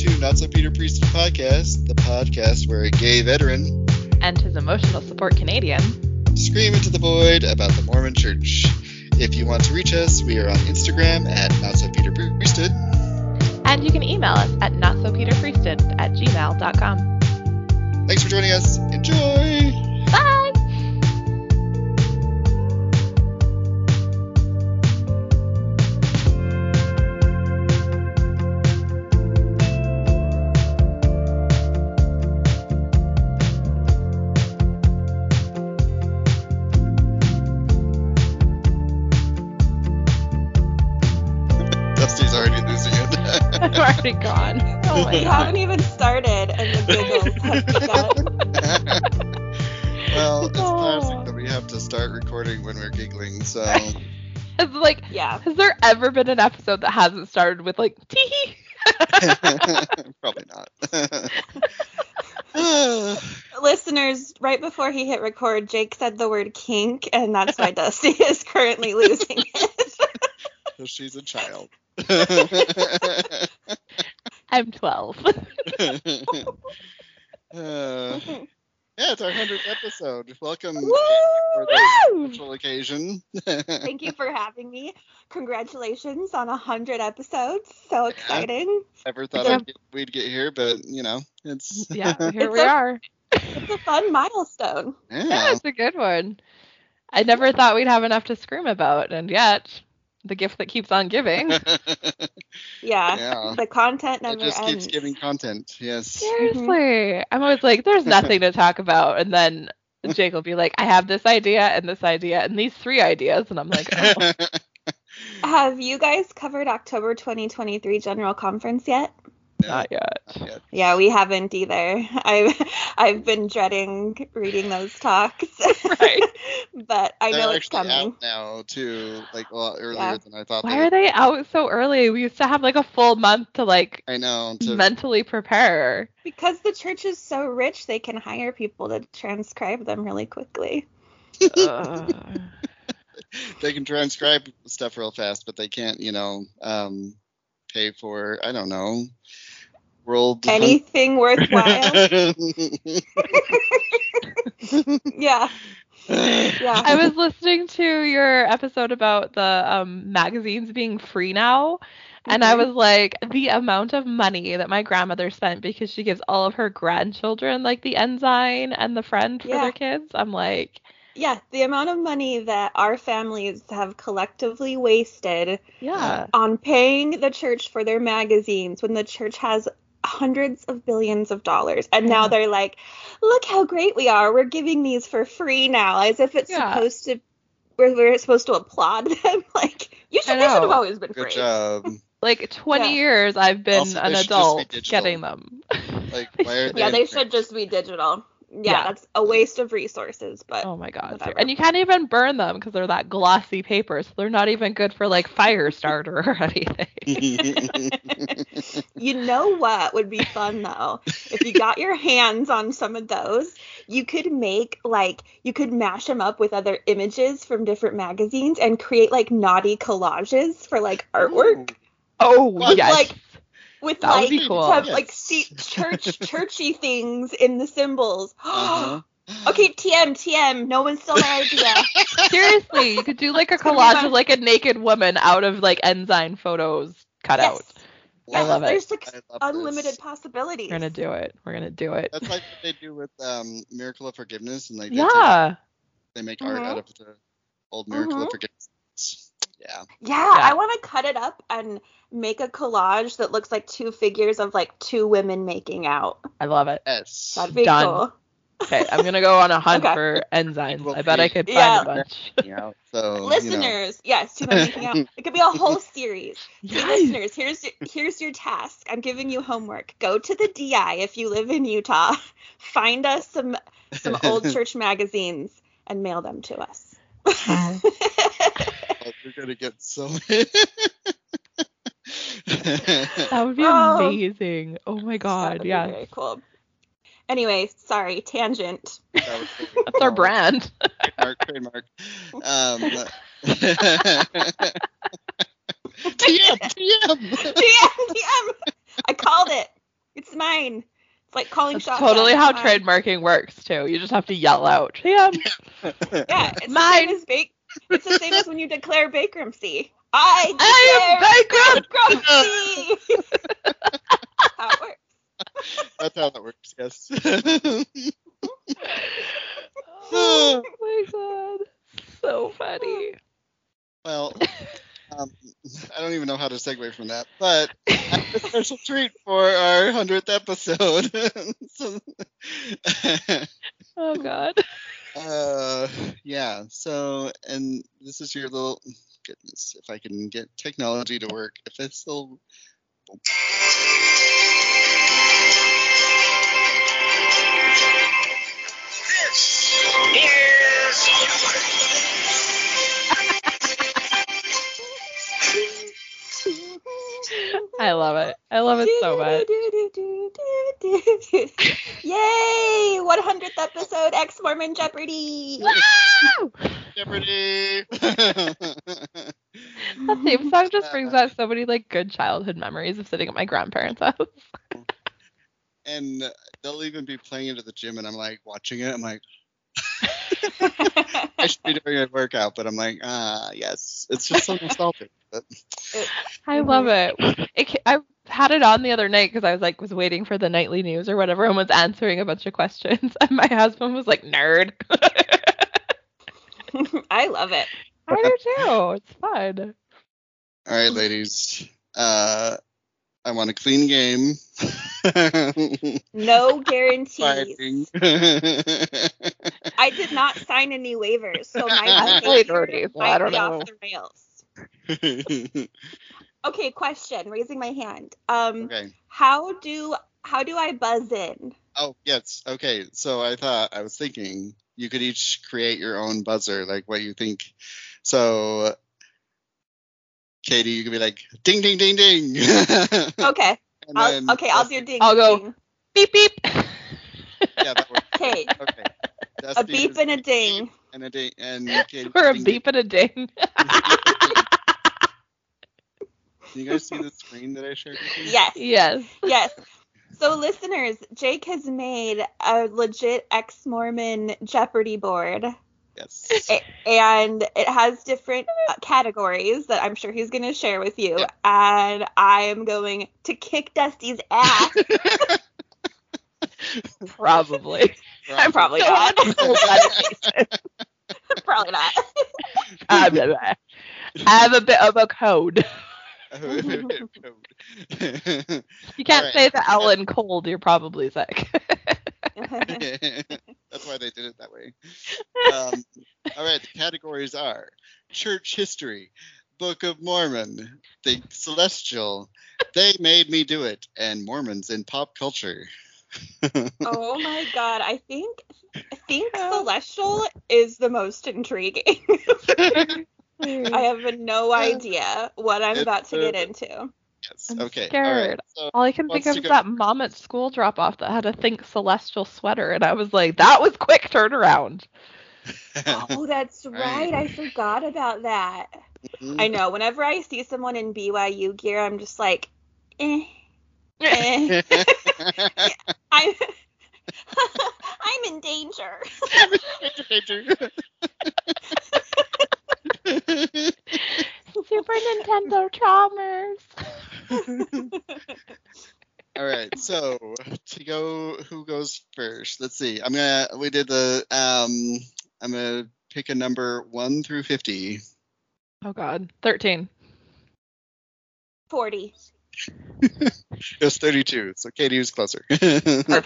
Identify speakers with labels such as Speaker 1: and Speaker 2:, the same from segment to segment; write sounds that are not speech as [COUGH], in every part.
Speaker 1: Peter Priestley Podcast, the podcast where a gay veteran
Speaker 2: and his emotional support Canadian.
Speaker 1: scream into the void about the Mormon Church. If you want to reach us, we are on Instagram at not so Peter Priesthood.
Speaker 2: And you can email us at notsopeterpriesthood at gmail.com.
Speaker 1: Thanks for joining us. Enjoy.
Speaker 2: Bye! [LAUGHS]
Speaker 1: Dusty's already losing it. [LAUGHS]
Speaker 2: I'm already gone.
Speaker 3: Oh [LAUGHS] my you haven't even started, and the giggles
Speaker 1: [LAUGHS]
Speaker 3: have begun.
Speaker 1: well, it's
Speaker 2: Oh.
Speaker 1: classic that we have to start recording when we're giggling, so [LAUGHS]
Speaker 2: It's like,
Speaker 3: Yeah.
Speaker 2: has there ever been an episode that hasn't started with like, tee hee?
Speaker 1: probably [SIGHS] not.
Speaker 3: Listeners, right before he hit record, Jake said the word kink, and that's why Dusty [LAUGHS] is currently losing it.
Speaker 1: She's a child. [LAUGHS]
Speaker 2: I'm [LAUGHS] 12.
Speaker 1: Uh, yeah, it's our hundredth episode. Welcome
Speaker 3: Woo!
Speaker 1: for the
Speaker 2: Woo!
Speaker 1: special occasion.
Speaker 3: [LAUGHS] Thank you for having me. Congratulations on 100 episodes. So exciting.
Speaker 1: Never thought
Speaker 2: Yeah.
Speaker 1: I'd get, we'd get here, but you know, it's
Speaker 2: yeah, here
Speaker 3: It's
Speaker 2: we
Speaker 3: a-
Speaker 2: are.
Speaker 3: It's a fun milestone.
Speaker 2: Yeah,
Speaker 1: yeah.
Speaker 2: it's a good one. I never thought we'd have enough to scream about, and yet, the gift that keeps on giving.
Speaker 3: Yeah.
Speaker 1: [LAUGHS] yeah.
Speaker 3: The content never
Speaker 1: It just
Speaker 3: ends.
Speaker 1: keeps giving content. Yes. [LAUGHS]
Speaker 2: Seriously. I'm always like, there's nothing to talk about. And then Jake will be like, I have this idea and this idea and these three ideas. And I'm like,
Speaker 1: [LAUGHS]
Speaker 2: oh.
Speaker 3: Have you guys covered October 2023 General Conference yet?
Speaker 2: not yet.
Speaker 1: Not yet.
Speaker 3: Yeah, we haven't either. [LAUGHS] I've I've been dreading reading those talks. [LAUGHS]
Speaker 2: Right.
Speaker 3: but I
Speaker 1: They're
Speaker 3: know it's
Speaker 1: actually
Speaker 3: coming.
Speaker 1: out now too, like a lot earlier
Speaker 3: Yeah.
Speaker 1: than I thought.
Speaker 2: [LAUGHS] Why
Speaker 1: they
Speaker 2: are they out so early? We used to have like a full month to like
Speaker 1: I know. To,
Speaker 2: mentally prepare.
Speaker 3: Because the church is so rich, they can hire people to transcribe them really quickly.
Speaker 2: Ugh.
Speaker 1: they can transcribe stuff real fast, but they can't, you know, um, pay for I don't know, world [LAUGHS]
Speaker 3: Anything worthwhile. yeah, yeah.
Speaker 2: I was listening to your episode about the um, magazines being free now. And I
Speaker 3: Mhm.
Speaker 2: was like, the amount of money that my grandmother spent because she gives all of her grandchildren like the enzyme and the friend for
Speaker 3: Yeah.
Speaker 2: their kids. I'm like,
Speaker 3: yeah, the amount of money that our families have collectively wasted
Speaker 2: yeah,
Speaker 3: on paying the church for their magazines when the church has hundreds of billions of dollars and now
Speaker 2: Yeah.
Speaker 3: they're like look how great we are we're giving these for free now as if it's
Speaker 2: Yeah.
Speaker 3: supposed to we're, we're supposed to applaud [LAUGHS] them like you
Speaker 2: I
Speaker 3: should, they should have
Speaker 2: know.
Speaker 3: always been
Speaker 1: Good
Speaker 3: free
Speaker 1: job.
Speaker 2: like 20
Speaker 3: Yeah.
Speaker 2: years I've been
Speaker 1: Also, they
Speaker 2: an
Speaker 1: should just be
Speaker 2: adult
Speaker 1: digital.
Speaker 2: getting them.
Speaker 1: Like why are they?
Speaker 3: yeah they
Speaker 1: [LAUGHS]
Speaker 3: should just be digital yeah,
Speaker 2: Yeah.
Speaker 3: that's a waste of resources but
Speaker 2: Oh my god.
Speaker 3: Whatever.
Speaker 2: And you can't even burn them because they're that glossy paper, so they're not even good for like fire starter [LAUGHS] or anything.
Speaker 3: you know what would be fun though if you got your hands on some of those you could make like you could mash them up with other images from different magazines and create like naughty collages for like artwork
Speaker 2: Oh
Speaker 1: But,
Speaker 2: yes.
Speaker 3: like, with
Speaker 2: That would
Speaker 3: like
Speaker 2: be
Speaker 3: to
Speaker 2: cool.
Speaker 3: have, like
Speaker 1: Yes.
Speaker 2: [LAUGHS]
Speaker 3: see, church churchy things in the symbols
Speaker 1: [LAUGHS]
Speaker 3: [GASPS]
Speaker 1: Uh-huh.
Speaker 3: okay tm tm no one stole my idea
Speaker 2: Seriously, you could do like a
Speaker 3: gonna be
Speaker 2: collage
Speaker 3: my-
Speaker 2: of like a naked woman out of like enzyme photos cut out.
Speaker 3: yes.
Speaker 2: I love it.
Speaker 3: there's like
Speaker 1: I love
Speaker 3: unlimited
Speaker 1: this.
Speaker 3: possibilities
Speaker 2: We're gonna do it. We're gonna do it.
Speaker 1: That's like what they do with um, Miracle of Forgiveness, and like they, take-
Speaker 2: Yeah.
Speaker 1: they make art
Speaker 3: Mhm.
Speaker 1: out of the old Miracle of
Speaker 3: Mhm.
Speaker 1: Forgiveness. Yeah.
Speaker 3: Yeah,
Speaker 2: Yeah.
Speaker 3: I want to cut it up and make a collage that looks like two figures of like two women making out.
Speaker 2: I love it.
Speaker 1: Yes.
Speaker 3: That'd be
Speaker 2: Done.
Speaker 3: cool.
Speaker 2: Okay, I'm gonna go on a hunt
Speaker 3: Okay.
Speaker 2: for enzymes.
Speaker 1: Well,
Speaker 2: I bet I could find
Speaker 3: Yeah.
Speaker 2: a bunch.
Speaker 1: Yeah, so you know.
Speaker 3: Listeners, yes, two women making out. It could be a
Speaker 2: [LAUGHS]
Speaker 3: whole series. Hey,
Speaker 2: Yes.
Speaker 3: listeners, here's your, here's your task. I'm giving you homework. Go to the DI if you live in Utah. [LAUGHS] Find us some some
Speaker 2: [LAUGHS]
Speaker 3: old church magazines and mail them to us.
Speaker 1: Oh, You're gonna get so [LAUGHS] many.
Speaker 2: That would be
Speaker 3: Oh.
Speaker 2: amazing. Oh my
Speaker 3: That would
Speaker 2: god,
Speaker 3: be
Speaker 2: yeah.
Speaker 3: Very cool. Anyway,
Speaker 2: [LAUGHS]
Speaker 3: sorry, tangent.
Speaker 2: That's our brand.
Speaker 1: Trademark, trademark.
Speaker 3: [LAUGHS]
Speaker 1: Um, TM, TM.
Speaker 3: DM, DM. I called it. It's mine. It's like calling
Speaker 2: That's
Speaker 3: shots.
Speaker 2: totally
Speaker 3: on
Speaker 2: how
Speaker 3: mine.
Speaker 2: trademarking works too. You just have to yell out, "Tam."
Speaker 3: Yeah, it's
Speaker 2: Mine.
Speaker 3: The same as bake- it's the same as when you declare bankruptcy. I declare [LAUGHS]
Speaker 2: I am [LAUGHS]
Speaker 3: bankruptcy. how it works.
Speaker 1: That's how that works. Yes.
Speaker 2: bankrupt. oh my [LAUGHS] god, so funny.
Speaker 1: [LAUGHS] well, um, I don't even know how to segue from that, but I have a special treat for our hundredth episode. [LAUGHS] so,
Speaker 2: Oh god.
Speaker 1: uh, yeah. So, and this is your little goodness. If I can get technology to work, if it's still.
Speaker 4: This is
Speaker 2: I love it. I love it so much.
Speaker 3: Yay! 100th episode, Ex
Speaker 2: [LAUGHS]
Speaker 3: Mormon Jeopardy.
Speaker 1: Jeopardy!
Speaker 2: That theme song just brings [LAUGHS] back so many like good childhood memories of sitting at my grandparents' house.
Speaker 1: [LAUGHS] and they'll even be playing it at the gym, and I'm like watching it. I'm like, I should be doing a workout, but I'm like, ah, yes. It's just so nostalgic. But
Speaker 2: [LAUGHS] I love it. it. ca- I had it on the other night because I was like was waiting for the nightly news or whatever and was answering a bunch of questions, [LAUGHS] and my husband was like, "Nerd."
Speaker 3: [LAUGHS] I love it.
Speaker 2: I do too. It's fun.
Speaker 1: All right, ladies. Uh, I want a clean game. [LAUGHS]
Speaker 2: [LAUGHS]
Speaker 3: No guarantees.
Speaker 1: Fighting. I
Speaker 3: I did not sign any waivers, so
Speaker 2: [LAUGHS]
Speaker 3: my
Speaker 1: I
Speaker 2: played
Speaker 3: behavior
Speaker 2: already, so I
Speaker 3: might
Speaker 2: don't
Speaker 3: be
Speaker 2: know.
Speaker 3: off the rails. Okay, question. Raising my hand. Um,
Speaker 1: [LAUGHS] okay.
Speaker 3: how do how do I buzz in?
Speaker 1: [LAUGHS] Oh yes. Okay. So I thought I was thinking you could each create your own buzzer, like what you think. So, Katie, you could be like ding ding ding ding. [LAUGHS] And
Speaker 3: Okay, I'll,
Speaker 1: then-
Speaker 3: okay, I'll do ding.
Speaker 2: I'll go.
Speaker 3: ding.
Speaker 2: Beep beep.
Speaker 1: Yeah, that works.
Speaker 3: Okay,
Speaker 1: [LAUGHS] Okay.
Speaker 3: [LAUGHS] a
Speaker 1: Dusty
Speaker 3: beep
Speaker 1: is-
Speaker 3: and a ding.
Speaker 1: and a ding
Speaker 2: [LAUGHS]
Speaker 1: and Katie,
Speaker 2: For a
Speaker 1: ding, ding,
Speaker 2: beep and a [LAUGHS] ding.
Speaker 1: Can you guys see the screen that I shared with you?
Speaker 2: [LAUGHS]
Speaker 3: Yes,
Speaker 2: Yes.
Speaker 3: yes. So listeners, Jake has made a legit ex-Mormon Jeopardy board,
Speaker 2: [LAUGHS]
Speaker 1: Yes. [LAUGHS]
Speaker 3: A- and it has different uh, categories that I'm sure he's gonna share with you.
Speaker 1: Yeah.
Speaker 3: And I am going to kick Dusty's ass.
Speaker 2: Probably.
Speaker 3: I'm probably
Speaker 2: God. [LAUGHS]
Speaker 3: not. [LAUGHS] Probably not.
Speaker 2: Ah, [LAUGHS] blah, blah. I have a bit of a code. You can't
Speaker 1: Alright.
Speaker 2: say the L in cold. You're probably sick.
Speaker 1: [LAUGHS] That's why they did it that way.
Speaker 2: [LAUGHS]
Speaker 1: Um, all right, the categories are church history, Book of Mormon, the celestial, they made me do it, and Mormons in pop culture.
Speaker 3: [LAUGHS] oh my god, I think I think Celestial is the most intriguing. [LAUGHS]
Speaker 2: [LAUGHS]
Speaker 3: I have no idea what I'm
Speaker 1: It's,
Speaker 3: about to get
Speaker 1: uh,
Speaker 3: into.
Speaker 1: Yes.
Speaker 2: I'm
Speaker 1: okay. All right.
Speaker 2: scared. [LAUGHS]
Speaker 1: So
Speaker 2: All I can think
Speaker 1: Wants
Speaker 2: of
Speaker 1: to
Speaker 2: is
Speaker 1: go-
Speaker 2: that mom at school drop off that had a Think Celestial sweater, and I was like, that was quick turnaround.
Speaker 1: [LAUGHS]
Speaker 3: Oh, that's right.
Speaker 1: Right.
Speaker 3: I forgot about that.
Speaker 2: [LAUGHS]
Speaker 3: I know. Whenever I see someone in BYU gear, I'm just like, eh,
Speaker 1: [LAUGHS]
Speaker 3: eh. [LAUGHS] I'm, [LAUGHS] I'm in danger.
Speaker 2: [LAUGHS]
Speaker 3: [LAUGHS]
Speaker 2: [LAUGHS]
Speaker 1: [LAUGHS]
Speaker 2: Super Nintendo Chalmers.
Speaker 1: All right, so to go, who goes first? Let's see. I'm gonna. We did the. Um, I'm gonna pick a number one through fifty.
Speaker 2: Oh God, thirteen. [LAUGHS]
Speaker 3: 40.
Speaker 1: It was thirty-two, so Katie was closer. [LAUGHS]
Speaker 3: Okay.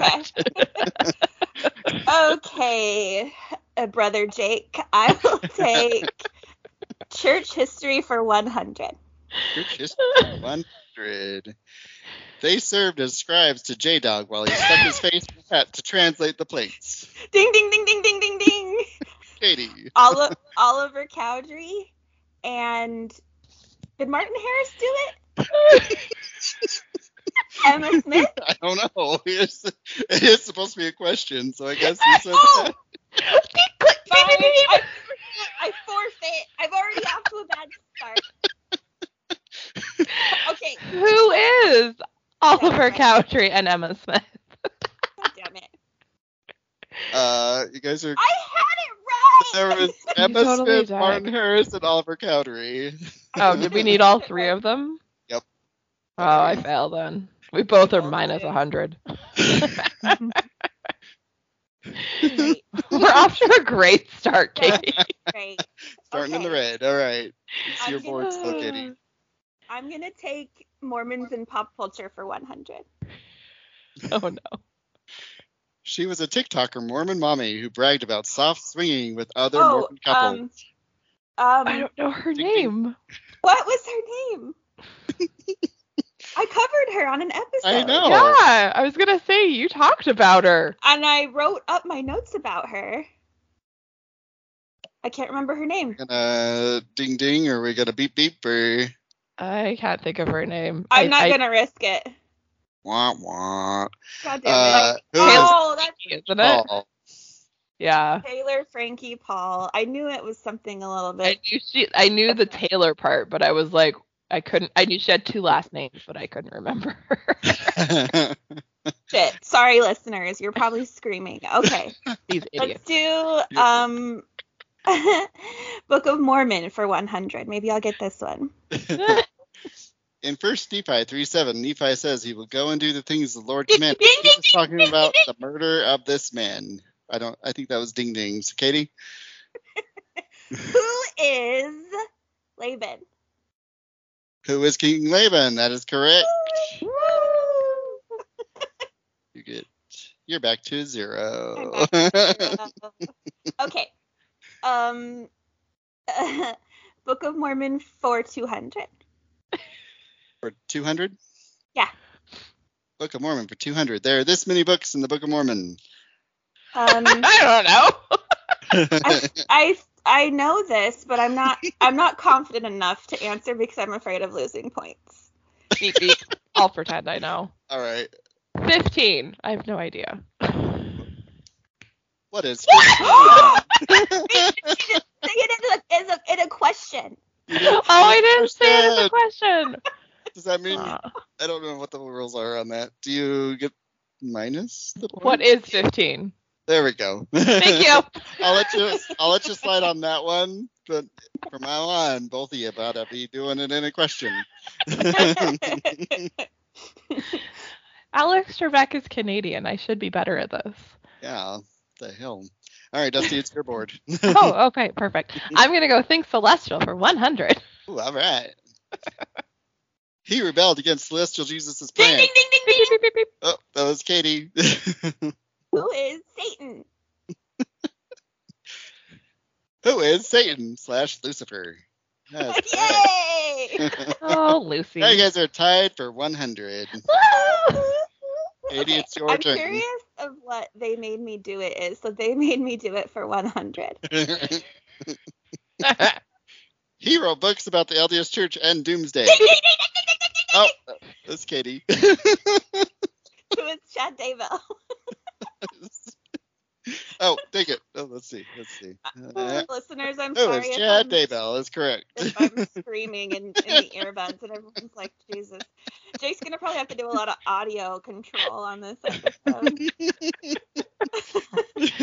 Speaker 3: okay, uh, brother Jake, I [LAUGHS] will take church history for 100.
Speaker 1: Good kiss. one hundred. They served as scribes to J Dog while he stuck his face in the hat to translate the plates.
Speaker 3: Ding ding ding ding ding ding ding.
Speaker 1: Katie.
Speaker 3: Oli- Oliver Cowdery and did Martin Harris do it? [LAUGHS] Emma Smith.
Speaker 1: I don't know. [LAUGHS] It's, it is supposed to be a question, so I guess you said
Speaker 3: Oh,
Speaker 1: that.
Speaker 3: fine. I, I forfeit. I'm already off [LAUGHS] to a bad start. Okay,
Speaker 2: Who is? Oliver Cowdery and Emma Smith.
Speaker 3: God damn it.
Speaker 1: Uh, you guys
Speaker 3: [LAUGHS]
Speaker 1: are.
Speaker 3: I had it
Speaker 1: There
Speaker 3: right.
Speaker 1: was Emma
Speaker 4: totally
Speaker 1: Smith,
Speaker 4: died.
Speaker 1: Martin Harris, and Oliver Cowdery.
Speaker 2: Oh, did we need all three
Speaker 3: [LAUGHS]
Speaker 2: of them?
Speaker 1: Yep.
Speaker 2: Oh, I fail then. We both are minus
Speaker 1: [LAUGHS]
Speaker 2: 100.
Speaker 3: [LAUGHS] Great,
Speaker 2: We're off to a great start, [LAUGHS] Katie.
Speaker 3: great.
Speaker 1: [LAUGHS] Starting in the
Speaker 3: Okay.
Speaker 1: red. All right. It's
Speaker 3: I'm
Speaker 1: your
Speaker 3: gonna-
Speaker 1: board
Speaker 3: [SIGHS]
Speaker 1: still, Kitty.
Speaker 3: I'm gonna take Mormons and pop culture for 100.
Speaker 2: Oh, no.
Speaker 1: She was a TikToker Mormon mommy who bragged about soft swinging with other Mormon couples.
Speaker 3: um,
Speaker 2: I
Speaker 3: um,
Speaker 2: don't know her
Speaker 1: Ding, ding.
Speaker 2: name.
Speaker 3: what was her
Speaker 1: [LAUGHS]
Speaker 3: name? I covered her on an episode.
Speaker 1: I know. Oh.
Speaker 2: Yeah, I was going to say, you talked about her.
Speaker 3: And I wrote up my notes about her. I can't remember her name.
Speaker 1: gonna uh, ding ding, or we gonna beep beep, or
Speaker 2: I can't think of her name.
Speaker 3: I'm not
Speaker 2: I,
Speaker 3: gonna risk it.
Speaker 1: wah wah.
Speaker 3: God damn
Speaker 1: Uh,
Speaker 3: it.
Speaker 1: who is
Speaker 3: oh, that's
Speaker 2: gonna. Isn't it?
Speaker 1: Paul?
Speaker 2: Yeah.
Speaker 3: Taylor Frankie Paul. I knew it was something a little
Speaker 2: I
Speaker 3: bit.
Speaker 2: knew she. I knew the Taylor part, but I was like, I couldn't. I knew she had two last names, but I couldn't remember. [LAUGHS]
Speaker 3: Shit. Sorry, listeners. You're probably screaming. Okay.
Speaker 2: These idiots.
Speaker 3: Let's do um [LAUGHS] Book of Mormon for 100. Maybe I'll get this one.
Speaker 1: [LAUGHS]
Speaker 2: [LAUGHS]
Speaker 1: In First Nephi three seven, Nephi says he will go and do the things the Lord
Speaker 3: Ding,
Speaker 1: commanded.
Speaker 3: ding,
Speaker 1: He
Speaker 3: ding,
Speaker 1: was talking
Speaker 3: ding,
Speaker 1: about
Speaker 3: ding.
Speaker 1: the murder of this man. I don't. I think that was ding dings. Katie.
Speaker 3: Who is Laban?
Speaker 1: Who is King Laban? That is correct.
Speaker 3: Woo!
Speaker 1: You get. You're back to 0
Speaker 3: I'm
Speaker 1: [LAUGHS]
Speaker 3: okay. Um [LAUGHS] Book of Mormon for 200.
Speaker 1: for 200?
Speaker 3: Yeah.
Speaker 1: Book of Mormon for 200. There are this many books in the Book of
Speaker 2: [LAUGHS]
Speaker 1: Mormon. [LAUGHS]
Speaker 3: Um [LAUGHS]
Speaker 2: I don't know.
Speaker 3: I, I I know this, but I'm not I'm not confident enough to answer because I'm afraid of losing [LAUGHS] points. [GASPS]
Speaker 2: Beep, beep. I'll pretend I know.
Speaker 1: All right.
Speaker 2: Fifteen. I have no [GASPS] idea.
Speaker 1: What is [LAUGHS]
Speaker 2: Oh,
Speaker 3: What?
Speaker 2: [LAUGHS]
Speaker 3: Say it in a, as a, in a [LAUGHS] question.
Speaker 2: Oh, I didn't say it as a
Speaker 1: Understand.
Speaker 2: question.
Speaker 1: Does that mean
Speaker 2: Uh,
Speaker 1: I don't know what the rules are on that? Do you get minus the point?
Speaker 2: what is fifteen?
Speaker 1: There we go. [LAUGHS]
Speaker 2: Thank you.
Speaker 1: I'll let you I'll let you slide on that one, but from now on, both of you better be doing it in a
Speaker 2: [LAUGHS]
Speaker 1: question.
Speaker 2: [LAUGHS] Alex Trebek is Canadian. I should be better at [LAUGHS] this.
Speaker 1: yeah, the hell. All right, Dusty, it's your board.
Speaker 3: [LAUGHS]
Speaker 2: Oh, okay, perfect. I'm gonna go think celestial for 100.
Speaker 1: Ooh, all right. he rebelled against celestial Jesus'
Speaker 3: ding, ding,
Speaker 1: plan.
Speaker 3: ding, ding, ding.
Speaker 2: Beep, beep, beep.
Speaker 1: Oh, that was Katie. [LAUGHS]
Speaker 3: Who is Satan?
Speaker 1: Who is Satan slash Lucifer? Yes, all
Speaker 3: [LAUGHS] Yay! [LAUGHS]
Speaker 1: right.
Speaker 2: [LAUGHS] Oh, Lucy.
Speaker 1: now you guys are tied for 100.
Speaker 3: [LAUGHS]
Speaker 1: Katie, it's your
Speaker 3: I'm
Speaker 1: turn.
Speaker 3: curious of what they made me do it is. So they made me do it
Speaker 1: [LAUGHS]
Speaker 3: for 100.
Speaker 2: Oh,
Speaker 1: Hero books about the LDS Church and Doomsday.
Speaker 3: Ding, ding, ding, ding, ding, ding, ding, ding.
Speaker 1: oh, that's Katie. [LAUGHS]
Speaker 3: Who is Chad Daybell?
Speaker 1: oh, take it. Oh, let's see. Let's see. Uh,
Speaker 3: Listeners, I'm
Speaker 1: oh,
Speaker 3: sorry.
Speaker 1: it's
Speaker 3: if
Speaker 1: Chad
Speaker 3: I'm-
Speaker 1: Daybell. That's correct.
Speaker 3: if I'm
Speaker 1: [LAUGHS]
Speaker 3: screaming in, in the earbuds and everyone's like, Jesus. Jake's gonna probably have to do a lot of audio control on this
Speaker 1: [LAUGHS]
Speaker 3: episode. [LAUGHS]
Speaker 1: [LAUGHS]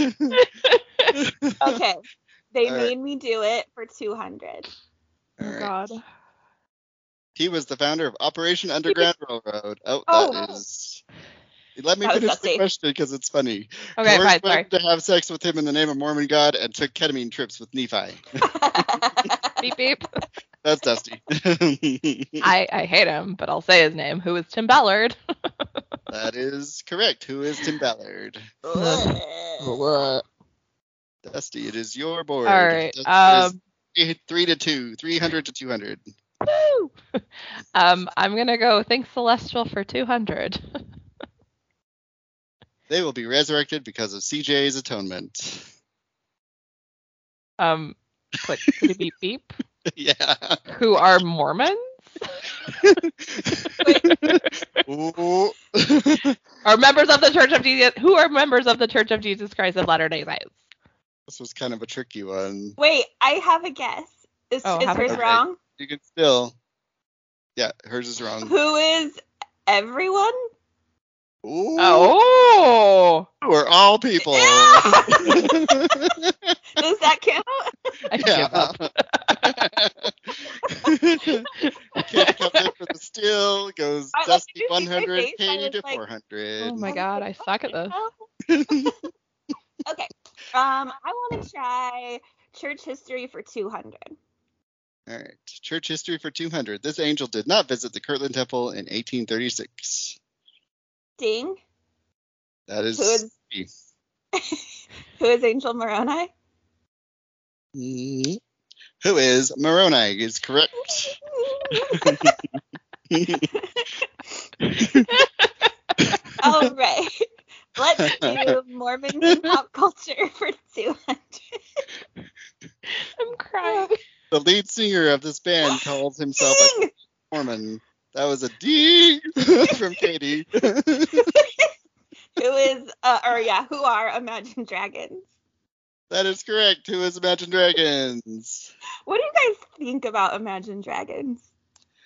Speaker 3: Okay. They
Speaker 1: All right.
Speaker 3: made me do it for two
Speaker 1: [LAUGHS]
Speaker 3: hundred.
Speaker 1: All
Speaker 2: Oh
Speaker 1: right.
Speaker 2: God.
Speaker 1: He was the founder of Operation Underground Railroad. Oh,
Speaker 3: Oh.
Speaker 1: that is. Let me
Speaker 3: That was
Speaker 1: finish the
Speaker 3: Dusty.
Speaker 1: question because it's funny.
Speaker 2: Okay,
Speaker 1: Coerced
Speaker 2: fine.
Speaker 1: women
Speaker 2: Sorry.
Speaker 1: To have sex with him in the name of Mormon God and took ketamine trips with Nephi.
Speaker 2: Beep beep.
Speaker 1: That's
Speaker 2: [LAUGHS]
Speaker 1: Dusty. [LAUGHS]
Speaker 2: I, I hate him, but I'll say his name. Who is Tim Ballard?
Speaker 1: that is correct. Who is Tim Ballard? Dusty, it is your board.
Speaker 2: All right.
Speaker 1: Dusty, it is
Speaker 2: Um,
Speaker 1: three- three to two, 300 to 200.
Speaker 2: woo. [LAUGHS] um, I'm gonna go think celestial for 200.
Speaker 1: They will be resurrected because of CJ's atonement.
Speaker 2: [LAUGHS]
Speaker 1: [LAUGHS]
Speaker 2: Um, what? Beep beep beep.
Speaker 1: yeah.
Speaker 2: Who are
Speaker 1: [LAUGHS]
Speaker 2: Mormons?
Speaker 1: Ooh. [LAUGHS]
Speaker 2: Are members of the Church of Jesus? Who are members of the Church of Jesus Christ of Latter Day Saints?
Speaker 1: this was kind of a tricky one.
Speaker 3: Wait, I have a guess. Is,
Speaker 2: Oh,
Speaker 3: is
Speaker 2: have a
Speaker 3: hers
Speaker 1: guess.
Speaker 3: wrong? [LAUGHS]
Speaker 1: You can still. Yeah, hers is wrong.
Speaker 3: Who is everyone?
Speaker 1: Ooh,
Speaker 2: Oh,
Speaker 1: we're all people.
Speaker 3: Does that count?
Speaker 2: [LAUGHS] I
Speaker 1: yeah.
Speaker 2: give
Speaker 3: [LAUGHS]
Speaker 2: up.
Speaker 1: [LAUGHS] Kid comes in for the steal, goes
Speaker 3: I- like,
Speaker 1: Dusty
Speaker 3: did you see my
Speaker 1: 100,
Speaker 3: face? I
Speaker 1: Katie
Speaker 3: was
Speaker 1: to
Speaker 3: like,
Speaker 1: 400.
Speaker 2: Oh my god, I suck at this.
Speaker 3: okay. Um, I want to try church history for 200.
Speaker 1: All right. Church history for 200. This angel did not visit the Kirtland Temple in 1836.
Speaker 3: Ding.
Speaker 1: That is.
Speaker 3: Who is who is
Speaker 2: [LAUGHS]
Speaker 3: Angel Moroni?
Speaker 1: Mm. Who is Moroni? Is correct. [LAUGHS]
Speaker 3: All right. Let's
Speaker 2: [LAUGHS]
Speaker 3: do Mormons and pop culture for 200.
Speaker 2: I'm crying.
Speaker 1: The lead singer of this band calls himself a
Speaker 3: Ding!
Speaker 1: Mormon. That was a D [LAUGHS] from Katie.
Speaker 3: Who is, uh, or yeah, who are Imagine Dragons?
Speaker 1: that is correct. Who is Imagine Dragons?
Speaker 3: What do you guys think about Imagine Dragons?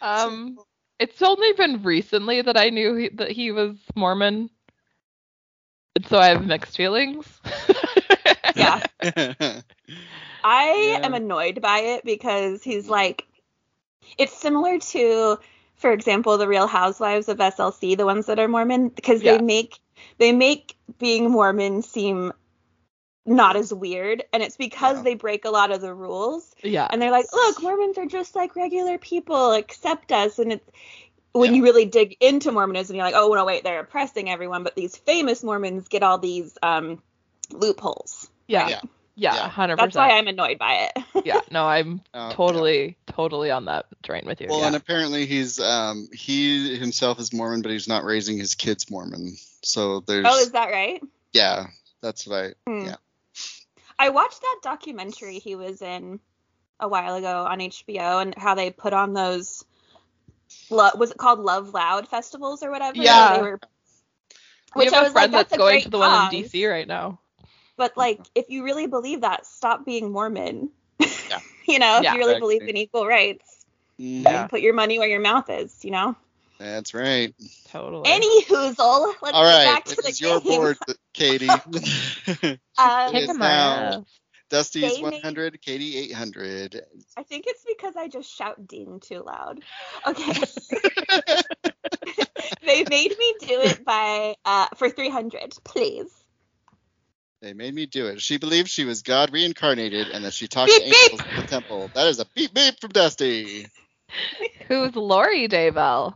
Speaker 2: Um, it's only been recently that I knew he, that he was Mormon, and so I have mixed feelings.
Speaker 1: [LAUGHS]
Speaker 3: Yeah,
Speaker 1: Oh,
Speaker 3: I
Speaker 1: Yeah.
Speaker 3: am annoyed by it because he's like, it's similar to, for example, the Real Housewives of SLC, the ones that are Mormon, because
Speaker 2: Yeah.
Speaker 3: they make they make being Mormon seem not as weird, and it's because
Speaker 1: Yeah.
Speaker 3: they break a lot of the rules,
Speaker 2: yeah. [LAUGHS]
Speaker 3: and they're like, look, Mormons are just like regular people, accept us, and it's when you really dig into Mormonism, you're like, oh no, wait, they're oppressing everyone, but these famous Mormons get all these um, loopholes.
Speaker 2: Yeah.
Speaker 1: Yeah.
Speaker 2: Yeah.
Speaker 1: Yeah.
Speaker 2: Hundred
Speaker 3: That's why
Speaker 2: percent.
Speaker 3: I'm annoyed by it. [LAUGHS]
Speaker 2: Yeah. No,
Speaker 1: [LAUGHS]
Speaker 2: I'm
Speaker 1: Um,
Speaker 2: totally, totally on that train with you.
Speaker 1: Well,
Speaker 2: yeah.
Speaker 1: and apparently he's um he himself is Mormon, but he's not raising his kids Mormon. So there's
Speaker 3: Oh, is that right?
Speaker 1: yeah, that's what I
Speaker 3: Hmm.
Speaker 1: Yeah.
Speaker 3: I watched that documentary he was in a while ago on HBO and how they put on those lo- was it called Love Loud festivals or whatever? Where
Speaker 2: Yeah.
Speaker 3: They were,
Speaker 2: we
Speaker 3: which
Speaker 2: have a
Speaker 3: I was like,
Speaker 2: friend
Speaker 3: that's,
Speaker 2: that's
Speaker 3: a
Speaker 2: going
Speaker 3: great
Speaker 2: to the one
Speaker 3: cause,
Speaker 2: in DC right now.
Speaker 3: But like, if you really believe that, stop being Mormon.
Speaker 1: Yeah.
Speaker 3: [LAUGHS] you know, if
Speaker 2: Yeah.
Speaker 3: you really
Speaker 1: Exactly.
Speaker 3: believe in equal rights,
Speaker 1: Mhm,
Speaker 2: Yeah.
Speaker 3: put your money where your mouth is. You know.
Speaker 1: Mm-hmm. That's right.
Speaker 2: Totally.
Speaker 3: Any hoozle.
Speaker 1: All
Speaker 3: Let's get
Speaker 1: right,
Speaker 3: back to
Speaker 1: this
Speaker 3: the
Speaker 1: is your
Speaker 3: game.
Speaker 1: board, Katie.
Speaker 3: [LAUGHS]
Speaker 1: [LAUGHS]
Speaker 3: Um,
Speaker 1: Kick
Speaker 2: Kick
Speaker 1: is 'em
Speaker 2: him
Speaker 1: now.
Speaker 2: out.
Speaker 1: Dusty is
Speaker 3: They made-
Speaker 1: 100, Katie 800.
Speaker 3: I think it's because I just shout ding too loud.
Speaker 2: [LAUGHS]
Speaker 3: Okay. they made me do it by uh for 300, please.
Speaker 1: They made me do it. She believed she was God reincarnated and that she talked to
Speaker 2: Beep,
Speaker 1: angels at the temple. That is a beep beep from Dusty.
Speaker 2: Who's Lori Daybell?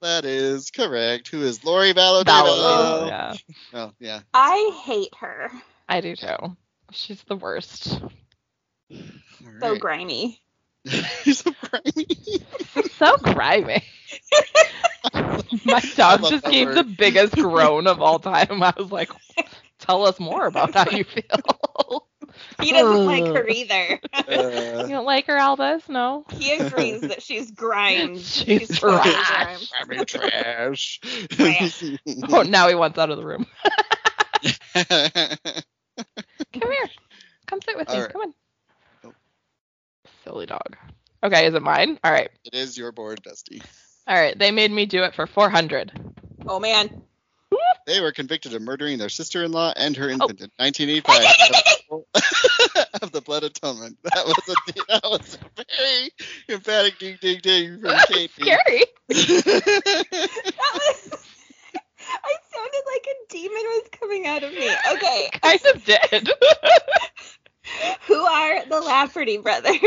Speaker 1: That is correct. Who is Lori Vallow?
Speaker 3: Vallow,
Speaker 1: Daybell?
Speaker 2: yeah.
Speaker 1: Oh, yeah.
Speaker 3: I hate her.
Speaker 2: I do too. She's the worst.
Speaker 1: All
Speaker 3: So
Speaker 1: right.
Speaker 3: grimy.
Speaker 1: [LAUGHS] so grimy.
Speaker 2: So
Speaker 1: [LAUGHS]
Speaker 2: grimy. My
Speaker 1: I
Speaker 2: dog
Speaker 1: love
Speaker 2: just
Speaker 1: that
Speaker 2: gave
Speaker 1: word.
Speaker 2: the
Speaker 1: [LAUGHS]
Speaker 2: biggest groan of all time. I was like, tell us more about how you feel.
Speaker 3: He doesn't like
Speaker 2: Ugh.
Speaker 3: her either. [LAUGHS]
Speaker 2: you
Speaker 1: Uh,
Speaker 2: [LAUGHS] don't like her, Albus? No.
Speaker 3: He agrees that she's
Speaker 2: [LAUGHS]
Speaker 3: grime.
Speaker 2: She's
Speaker 3: totally
Speaker 2: trash.
Speaker 1: grimy [LAUGHS] trash.
Speaker 2: [LAUGHS] Oh, now he wants out of the room.
Speaker 1: All
Speaker 2: [LAUGHS] Come here. Come sit with me.
Speaker 1: Alright.
Speaker 2: Come on.
Speaker 1: Nope.
Speaker 2: Silly dog. Okay, is it mine? All right.
Speaker 1: It is your board, Dusty.
Speaker 2: All right. They made me do it for 400.
Speaker 3: Oh man.
Speaker 1: They were convicted of murdering their sister-in-law and
Speaker 2: Oh.
Speaker 1: her infant in
Speaker 3: Hey, hey, hey,
Speaker 1: 1985
Speaker 3: hey,
Speaker 1: [LAUGHS] of the blood atonement. That was a [LAUGHS] that was a very emphatic ding ding ding
Speaker 2: [LAUGHS]
Speaker 1: from Katie.
Speaker 2: Scary.
Speaker 3: hey, that was [LAUGHS] I sounded like a demon was coming out of me. Okay.
Speaker 2: Kind of did.
Speaker 3: Who are the Lafferty brothers?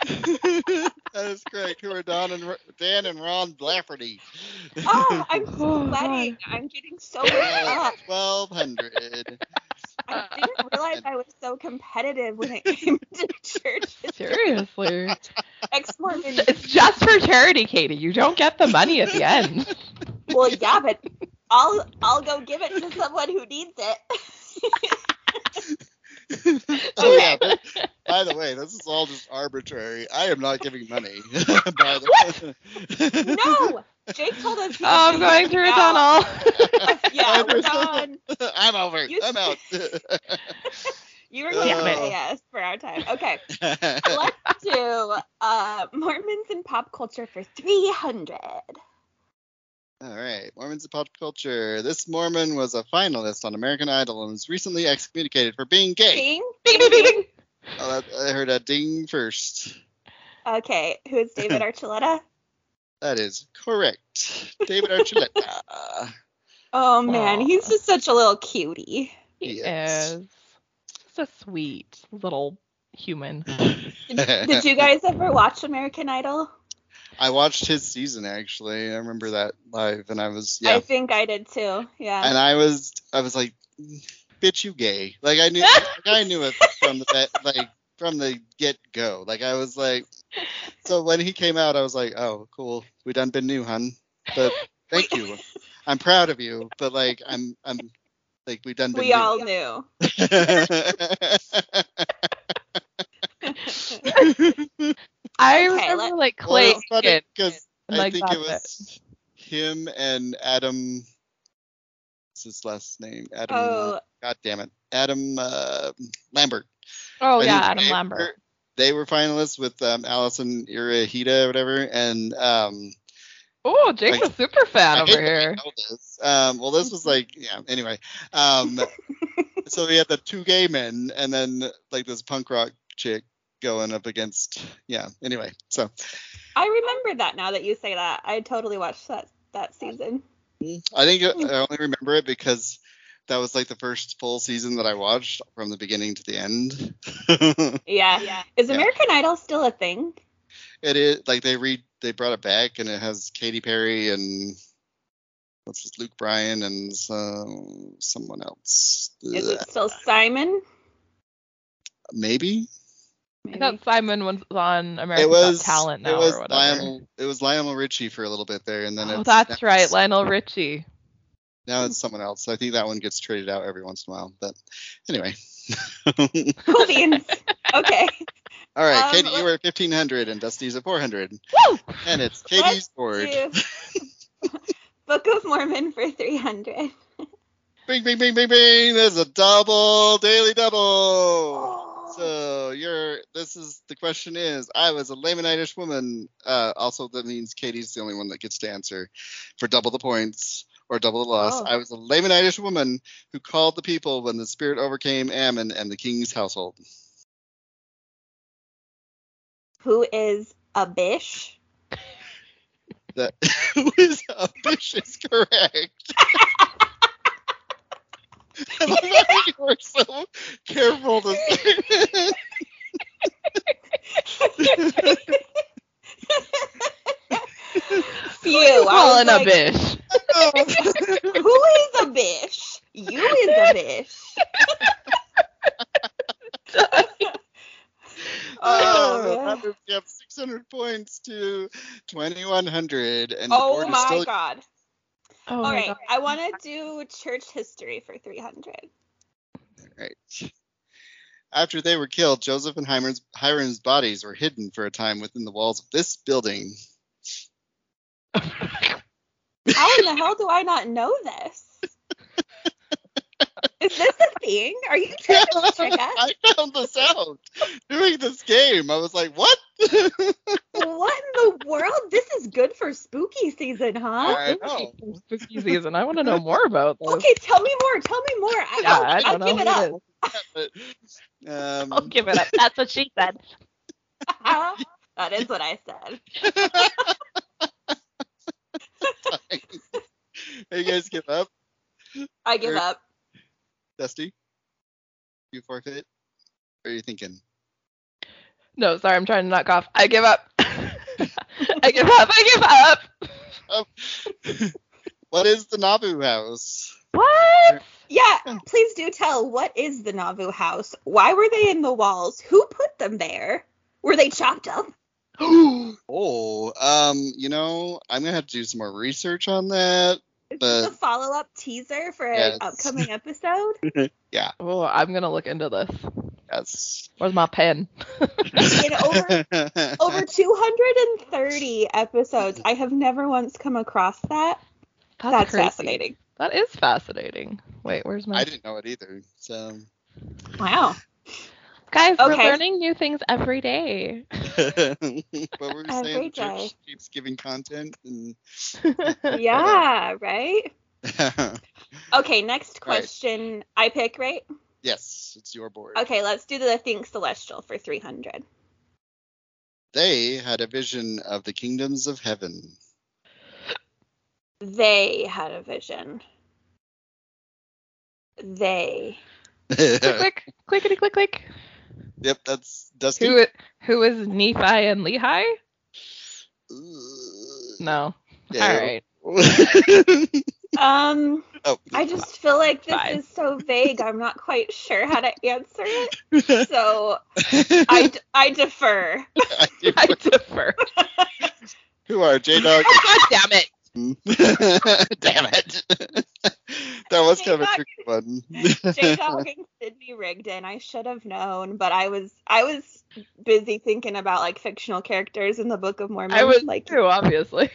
Speaker 3: [LAUGHS]
Speaker 1: that is correct. Who are Don and R- Dan and Ron Lafferty?
Speaker 3: Oh, I'm
Speaker 2: [SIGHS] Oh,
Speaker 3: sweating. I'm getting so worked up.
Speaker 1: [LAUGHS] Twelve hundred.
Speaker 3: I didn't realize I was so competitive when it came to church.
Speaker 2: Seriously.
Speaker 3: Ex
Speaker 2: [LAUGHS]
Speaker 3: Mormon.
Speaker 2: It's just for charity, Katie. You don't get the money at the end.
Speaker 3: Well, yeah, but I'll I'll go give it to someone who needs it.
Speaker 1: Oh yeah. but- by the way, this is all just arbitrary. I am not giving money. [LAUGHS] by the way.
Speaker 3: [LAUGHS] no, Jake told us. he was
Speaker 2: Oh, I'm
Speaker 3: giving
Speaker 2: going
Speaker 3: it
Speaker 2: through it
Speaker 3: out.
Speaker 2: on all.
Speaker 3: Yeah, we're done.
Speaker 1: [LAUGHS] I'm over. it.
Speaker 3: You-
Speaker 1: I'm
Speaker 3: [LAUGHS]
Speaker 1: out. [LAUGHS]
Speaker 3: You were going to
Speaker 1: Damn it.
Speaker 3: say yes for our time.
Speaker 2: [LAUGHS]
Speaker 3: Okay, let's do uh, Mormons and pop culture for three hundred.
Speaker 1: All right, Mormons in pop culture. This Mormon was a finalist on American Idol and was recently excommunicated for being gay.
Speaker 3: Ding,
Speaker 2: Bing, bing, bing, bing.
Speaker 1: Oh, that, I heard a ding first.
Speaker 3: Okay, who is
Speaker 2: [LAUGHS]
Speaker 3: David Archuleta?
Speaker 1: That is correct. David
Speaker 3: [LAUGHS]
Speaker 1: Archuleta.
Speaker 3: Oh man,
Speaker 2: Aw.
Speaker 3: he's just such a little cutie.
Speaker 2: He
Speaker 1: Yes.
Speaker 2: is just a sweet little human. [LAUGHS]
Speaker 3: Did you guys ever watch American Idol?
Speaker 1: I watched his season actually. I remember that live, and I was yeah,
Speaker 3: I think I did too. Yeah.
Speaker 1: and I was I was like, "Bitch, you gay!" Like
Speaker 3: [LAUGHS]
Speaker 1: I knew like, I knew it from the be- like from the get go. Like I was like, so when he came out, I was like, "Oh, cool, we done been new, hun." But thank you, I'm proud of you. But like I'm I'm like we done been
Speaker 3: we
Speaker 1: new. [LAUGHS]
Speaker 3: all knew.
Speaker 2: I
Speaker 3: Okay,
Speaker 2: remember
Speaker 3: let-
Speaker 2: like Clay Aiken.
Speaker 1: because
Speaker 2: and,
Speaker 1: I
Speaker 2: like,
Speaker 1: think it
Speaker 2: that's
Speaker 1: was him and Adam. What's his last name? Adam. uh,
Speaker 3: Oh,
Speaker 1: God damn it, Adam uh, Lambert.
Speaker 2: Oh
Speaker 1: I
Speaker 2: yeah,
Speaker 1: think
Speaker 2: Adam
Speaker 1: they
Speaker 2: Lambert.
Speaker 1: were- They were finalists with um, Allison Irahita, or whatever, and um,
Speaker 2: Oh, Jake's a super fan
Speaker 1: I hate
Speaker 2: over
Speaker 1: that I
Speaker 2: here.
Speaker 1: know this. Um, well, this was like, yeah. Anyway, um, so we had the two gay men, and then like this punk rock chick going up against, yeah. Anyway, so
Speaker 3: I remember that now that you say that. I totally watched that that season.
Speaker 1: I think
Speaker 2: Hmm.
Speaker 1: I only remember it because that was like the first full season that I watched from the beginning to the end. [LAUGHS]
Speaker 3: Yeah. Is
Speaker 1: Yeah.
Speaker 3: American Idol still a thing?
Speaker 1: it is like they read they brought it back and it has Katy Perry and what's this Luke Bryan and so, someone else.
Speaker 3: Is
Speaker 1: Ugh,
Speaker 3: it still Simon?
Speaker 1: Maybe
Speaker 2: I thought Simon was on
Speaker 1: it
Speaker 2: American
Speaker 1: was
Speaker 2: Got Talent now
Speaker 1: it was
Speaker 2: or whatever.
Speaker 1: Lionel it was Lionel Richie for a little bit there and then
Speaker 2: oh,
Speaker 1: it's,
Speaker 2: that's
Speaker 1: now
Speaker 2: right, hmm.
Speaker 1: it's-
Speaker 2: Lionel Richie.
Speaker 1: now it's someone else. I think that one gets traded out every once in a while. But anyway, [LAUGHS]
Speaker 3: Cool beans. okay.
Speaker 1: all right,
Speaker 3: Um,
Speaker 1: Katie, you
Speaker 2: uh,
Speaker 3: let-
Speaker 1: were at fifteen hundred and Dusty's at four hundred,
Speaker 2: Woo!
Speaker 1: and it's
Speaker 3: Let's
Speaker 1: Katie's board.
Speaker 3: do [LAUGHS] Book of Mormon for 300.
Speaker 1: Bing, bing, bing, bing, bing. There's a double, daily double.
Speaker 3: Oh.
Speaker 1: So you're. This is the question. Is I was a Lamanitish woman. Uh, also, that means Katie's the only one that gets to answer for double the points or double the loss.
Speaker 3: Oh.
Speaker 1: I was a Lamanitish woman who called the people when the spirit overcame Ammon and the king's household.
Speaker 3: Who is a bish?
Speaker 1: [LAUGHS] That [LAUGHS] was ambitious,
Speaker 3: [LAUGHS]
Speaker 1: correct. I love how you were so careful to say
Speaker 3: [LAUGHS] Phew.
Speaker 2: Who you
Speaker 3: I was
Speaker 2: calling
Speaker 3: like,
Speaker 2: a bitch?
Speaker 3: Oh,
Speaker 1: [LAUGHS]
Speaker 3: Who is a bish? You is
Speaker 1: [LAUGHS]
Speaker 3: a bish. oh, man.
Speaker 1: that you have 600 points to 2100, and the
Speaker 3: oh
Speaker 1: board
Speaker 3: my
Speaker 1: is still
Speaker 3: god.
Speaker 2: Oh
Speaker 3: All
Speaker 2: my
Speaker 3: right,
Speaker 2: God.
Speaker 3: I want to do church history for 300.
Speaker 1: right. After they were killed, Joseph and Hiram's, Hiram's bodies were hidden for a time within the walls of this
Speaker 3: [LAUGHS]
Speaker 1: building. [LAUGHS]
Speaker 3: How in [LAUGHS] the hell do I not know [LAUGHS] this? Is this a thing? Are you trying to trick us? [LAUGHS]
Speaker 1: I found this out during this game. I was like, what? [LAUGHS]
Speaker 3: What in the world? This is good for spooky season, huh?
Speaker 1: I know.
Speaker 2: Spooky season. I want to know more about this.
Speaker 3: Okay, tell me more. Tell me more. I,
Speaker 2: Yeah,
Speaker 3: I'll,
Speaker 2: I don't
Speaker 3: I'll
Speaker 2: know
Speaker 3: give it
Speaker 2: who
Speaker 3: [LAUGHS] up.
Speaker 1: But,
Speaker 2: it
Speaker 3: [LAUGHS]
Speaker 1: um,
Speaker 2: I'll give it up. That's what she said.
Speaker 3: Uh-huh. that is what I said.
Speaker 1: [LAUGHS] you guys give up,
Speaker 3: I give
Speaker 1: Sure.
Speaker 3: up.
Speaker 1: Dusty? You forfeit? What are you thinking?
Speaker 2: No, sorry, I'm trying to not cough. I give up. [LAUGHS] I give up. I give up.
Speaker 1: What is the Nabu house?
Speaker 2: What?
Speaker 3: Yeah, please do tell. What is the Nauvoo house? Why were they in the walls? Who put them there? Were they chopped up?
Speaker 1: oh, um, you know, I'm gonna have to do some more research on that.
Speaker 3: Is
Speaker 1: Uh,
Speaker 3: this a follow up teaser for
Speaker 1: yes.
Speaker 3: an upcoming episode?
Speaker 1: [LAUGHS]
Speaker 2: [GASPS] Oh, I'm gonna look into this.
Speaker 1: Yes.
Speaker 2: Where's my pen?
Speaker 3: In over
Speaker 1: [LAUGHS]
Speaker 3: over 230 episodes, I have never once come across that.
Speaker 2: That's,
Speaker 3: That's
Speaker 2: crazy.
Speaker 3: fascinating.
Speaker 2: That is fascinating. Wait, where's my?
Speaker 3: [LAUGHS]
Speaker 1: I didn't know it either. So
Speaker 3: Wow.
Speaker 2: Guys, we're
Speaker 3: Okay.
Speaker 2: learning new things every day.
Speaker 1: but we're
Speaker 3: Every
Speaker 1: saying the
Speaker 3: day.
Speaker 1: church keeps giving content and [LAUGHS]
Speaker 3: yeah, right? Okay, next
Speaker 1: All right.
Speaker 3: question. I pick, right?
Speaker 1: yes, it's your board.
Speaker 3: Okay, let's do the Think Celestial for 300.
Speaker 1: They had a vision of the kingdoms of
Speaker 2: [LAUGHS]
Speaker 1: heaven.
Speaker 3: They had a vision. They.
Speaker 2: click, click, clickety, click, click.
Speaker 1: yep, that's Dusty.
Speaker 2: Who, who is Nephi and Lehi?
Speaker 1: Ooh.
Speaker 2: No.
Speaker 1: Yeah.
Speaker 2: All right.
Speaker 3: Um,
Speaker 1: [LAUGHS] oh, [LAUGHS]
Speaker 3: I just feel like this
Speaker 2: Fine.
Speaker 3: is so vague. I'm not quite sure how to answer it.
Speaker 2: [LAUGHS]
Speaker 3: So I, d- I defer.
Speaker 2: I defer.
Speaker 1: who are J Dog?
Speaker 2: God damn it.
Speaker 1: [LAUGHS] Damn it! [LAUGHS] that was kind of a
Speaker 3: J-Dog.
Speaker 1: tricky one. [LAUGHS]
Speaker 3: J Dog and Sydney Rigdon. I should have known, but I was I was busy thinking about like fictional characters in the Book of Mormon.
Speaker 2: I was
Speaker 1: [LAUGHS]
Speaker 3: like,
Speaker 2: too, obviously.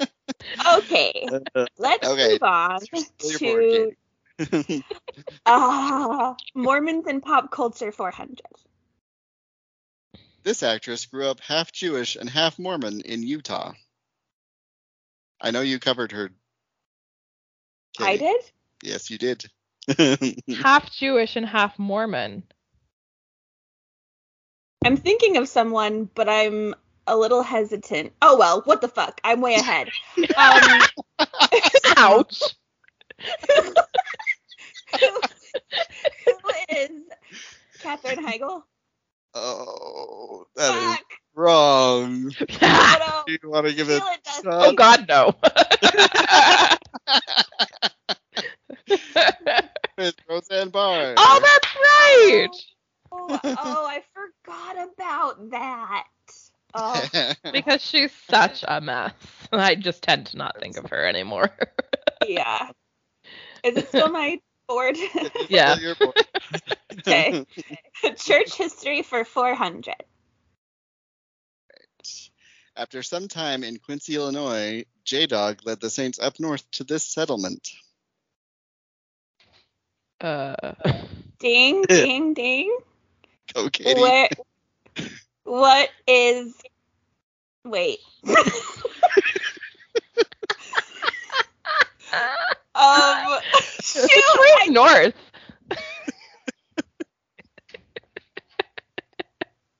Speaker 3: okay, let's
Speaker 1: Okay.
Speaker 3: move on
Speaker 1: Your board,
Speaker 3: to ah Mormons and pop culture 400.
Speaker 1: [LAUGHS] This actress grew up half Jewish and half Mormon in Utah. I know you covered her. Katie.
Speaker 3: I did.
Speaker 1: Yes, you did. [LAUGHS]
Speaker 2: Half Jewish and half Mormon.
Speaker 3: I'm thinking of someone, but I'm a little hesitant. Oh well, what the fuck? I'm
Speaker 1: [LAUGHS]
Speaker 3: way ahead. Um,
Speaker 2: [LAUGHS] Ouch.
Speaker 3: who, who is Katherine Heigl?
Speaker 1: oh, that is
Speaker 3: Fuck.
Speaker 1: wrong.
Speaker 3: I
Speaker 2: [LAUGHS] oh,
Speaker 3: don't
Speaker 1: Do you want to give it?
Speaker 3: feel it does-
Speaker 1: Oh,
Speaker 2: God, [LAUGHS] no.
Speaker 1: It's Roseanne Barr.
Speaker 2: oh,
Speaker 1: [LAUGHS]
Speaker 2: that's right.
Speaker 3: Oh, oh, I forgot about that.
Speaker 1: [LAUGHS]
Speaker 3: Oh,
Speaker 2: [LAUGHS] Because she's such a mess. I just tend to not think of her anymore. [LAUGHS]
Speaker 3: yeah. Is it still my board?
Speaker 2: [LAUGHS]
Speaker 3: [LAUGHS]
Speaker 2: Yeah.
Speaker 1: Your [LAUGHS] board.
Speaker 3: Okay. Church history for 400.
Speaker 1: After some time in Quincy, Illinois, J Dog led the Saints up north to this settlement.
Speaker 2: Uh,
Speaker 3: Ding, ding, ding.
Speaker 1: Go, Katie.
Speaker 3: Where, what is. Wait. um. Shoot,
Speaker 2: [LAUGHS] [LAUGHS] it's
Speaker 3: I,
Speaker 2: way north.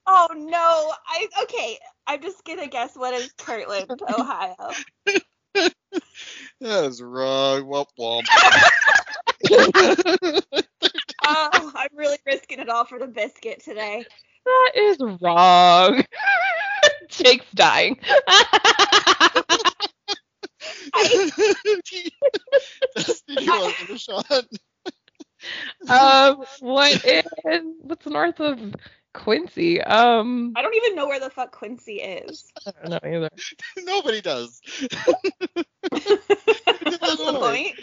Speaker 3: oh no. I okay. I'm just gonna guess what is Kirtland, Ohio.
Speaker 1: That is wrong. Womp
Speaker 3: [LAUGHS]
Speaker 1: womp.
Speaker 3: Oh, I'm really risking it all for the biscuit today.
Speaker 2: That is wrong. [LAUGHS] Jake's dying. [LAUGHS]
Speaker 1: [LAUGHS]
Speaker 3: [LAUGHS]
Speaker 1: Dusty, you are gonna shot.
Speaker 3: Uh,
Speaker 2: um, what is what's north of Quincy? Um,
Speaker 3: I don't even know where the fuck Quincy is. [LAUGHS]
Speaker 2: I don't know either.
Speaker 1: [LAUGHS] Nobody does.
Speaker 3: That's the point.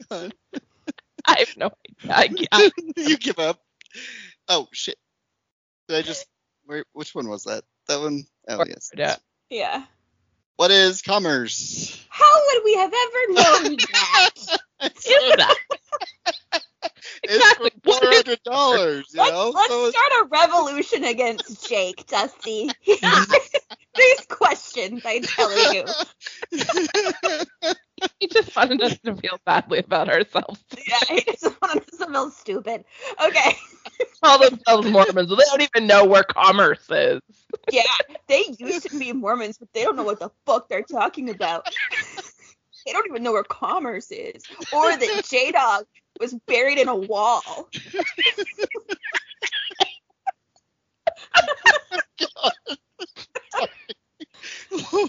Speaker 3: oh
Speaker 1: [LAUGHS]
Speaker 3: [LAUGHS]
Speaker 2: I have no idea. I can't.
Speaker 1: [LAUGHS] you give up. Oh shit! Did I just? Where, which one was that? That one? Oh yes.
Speaker 2: Yeah.
Speaker 3: Yeah.
Speaker 1: What is commerce?
Speaker 3: How would we have ever
Speaker 1: [LAUGHS]
Speaker 3: known that?
Speaker 2: Is that?
Speaker 1: It's for
Speaker 2: Exactly.
Speaker 1: four
Speaker 2: What is-
Speaker 1: hundred
Speaker 2: [LAUGHS]
Speaker 1: dollars. You
Speaker 3: Let's,
Speaker 1: know.
Speaker 3: let's
Speaker 1: So it's-
Speaker 3: start a revolution against Jake,
Speaker 1: [LAUGHS]
Speaker 3: Dusty. [LAUGHS] These questions, I'm telling you.
Speaker 2: He just wanted us to feel badly about [LAUGHS] ourselves.
Speaker 3: Yeah, [LAUGHS] I just want to feel stupid. Okay. [LAUGHS]
Speaker 2: Call themselves Mormons. They don't even know where commerce is.
Speaker 3: Yeah, they used to be Mormons, but they don't know what the fuck they're talking about. [LAUGHS] they don't even know where commerce is, or
Speaker 1: [LAUGHS]
Speaker 3: that J Dog was buried in
Speaker 1: [SIGHS]
Speaker 3: a wall.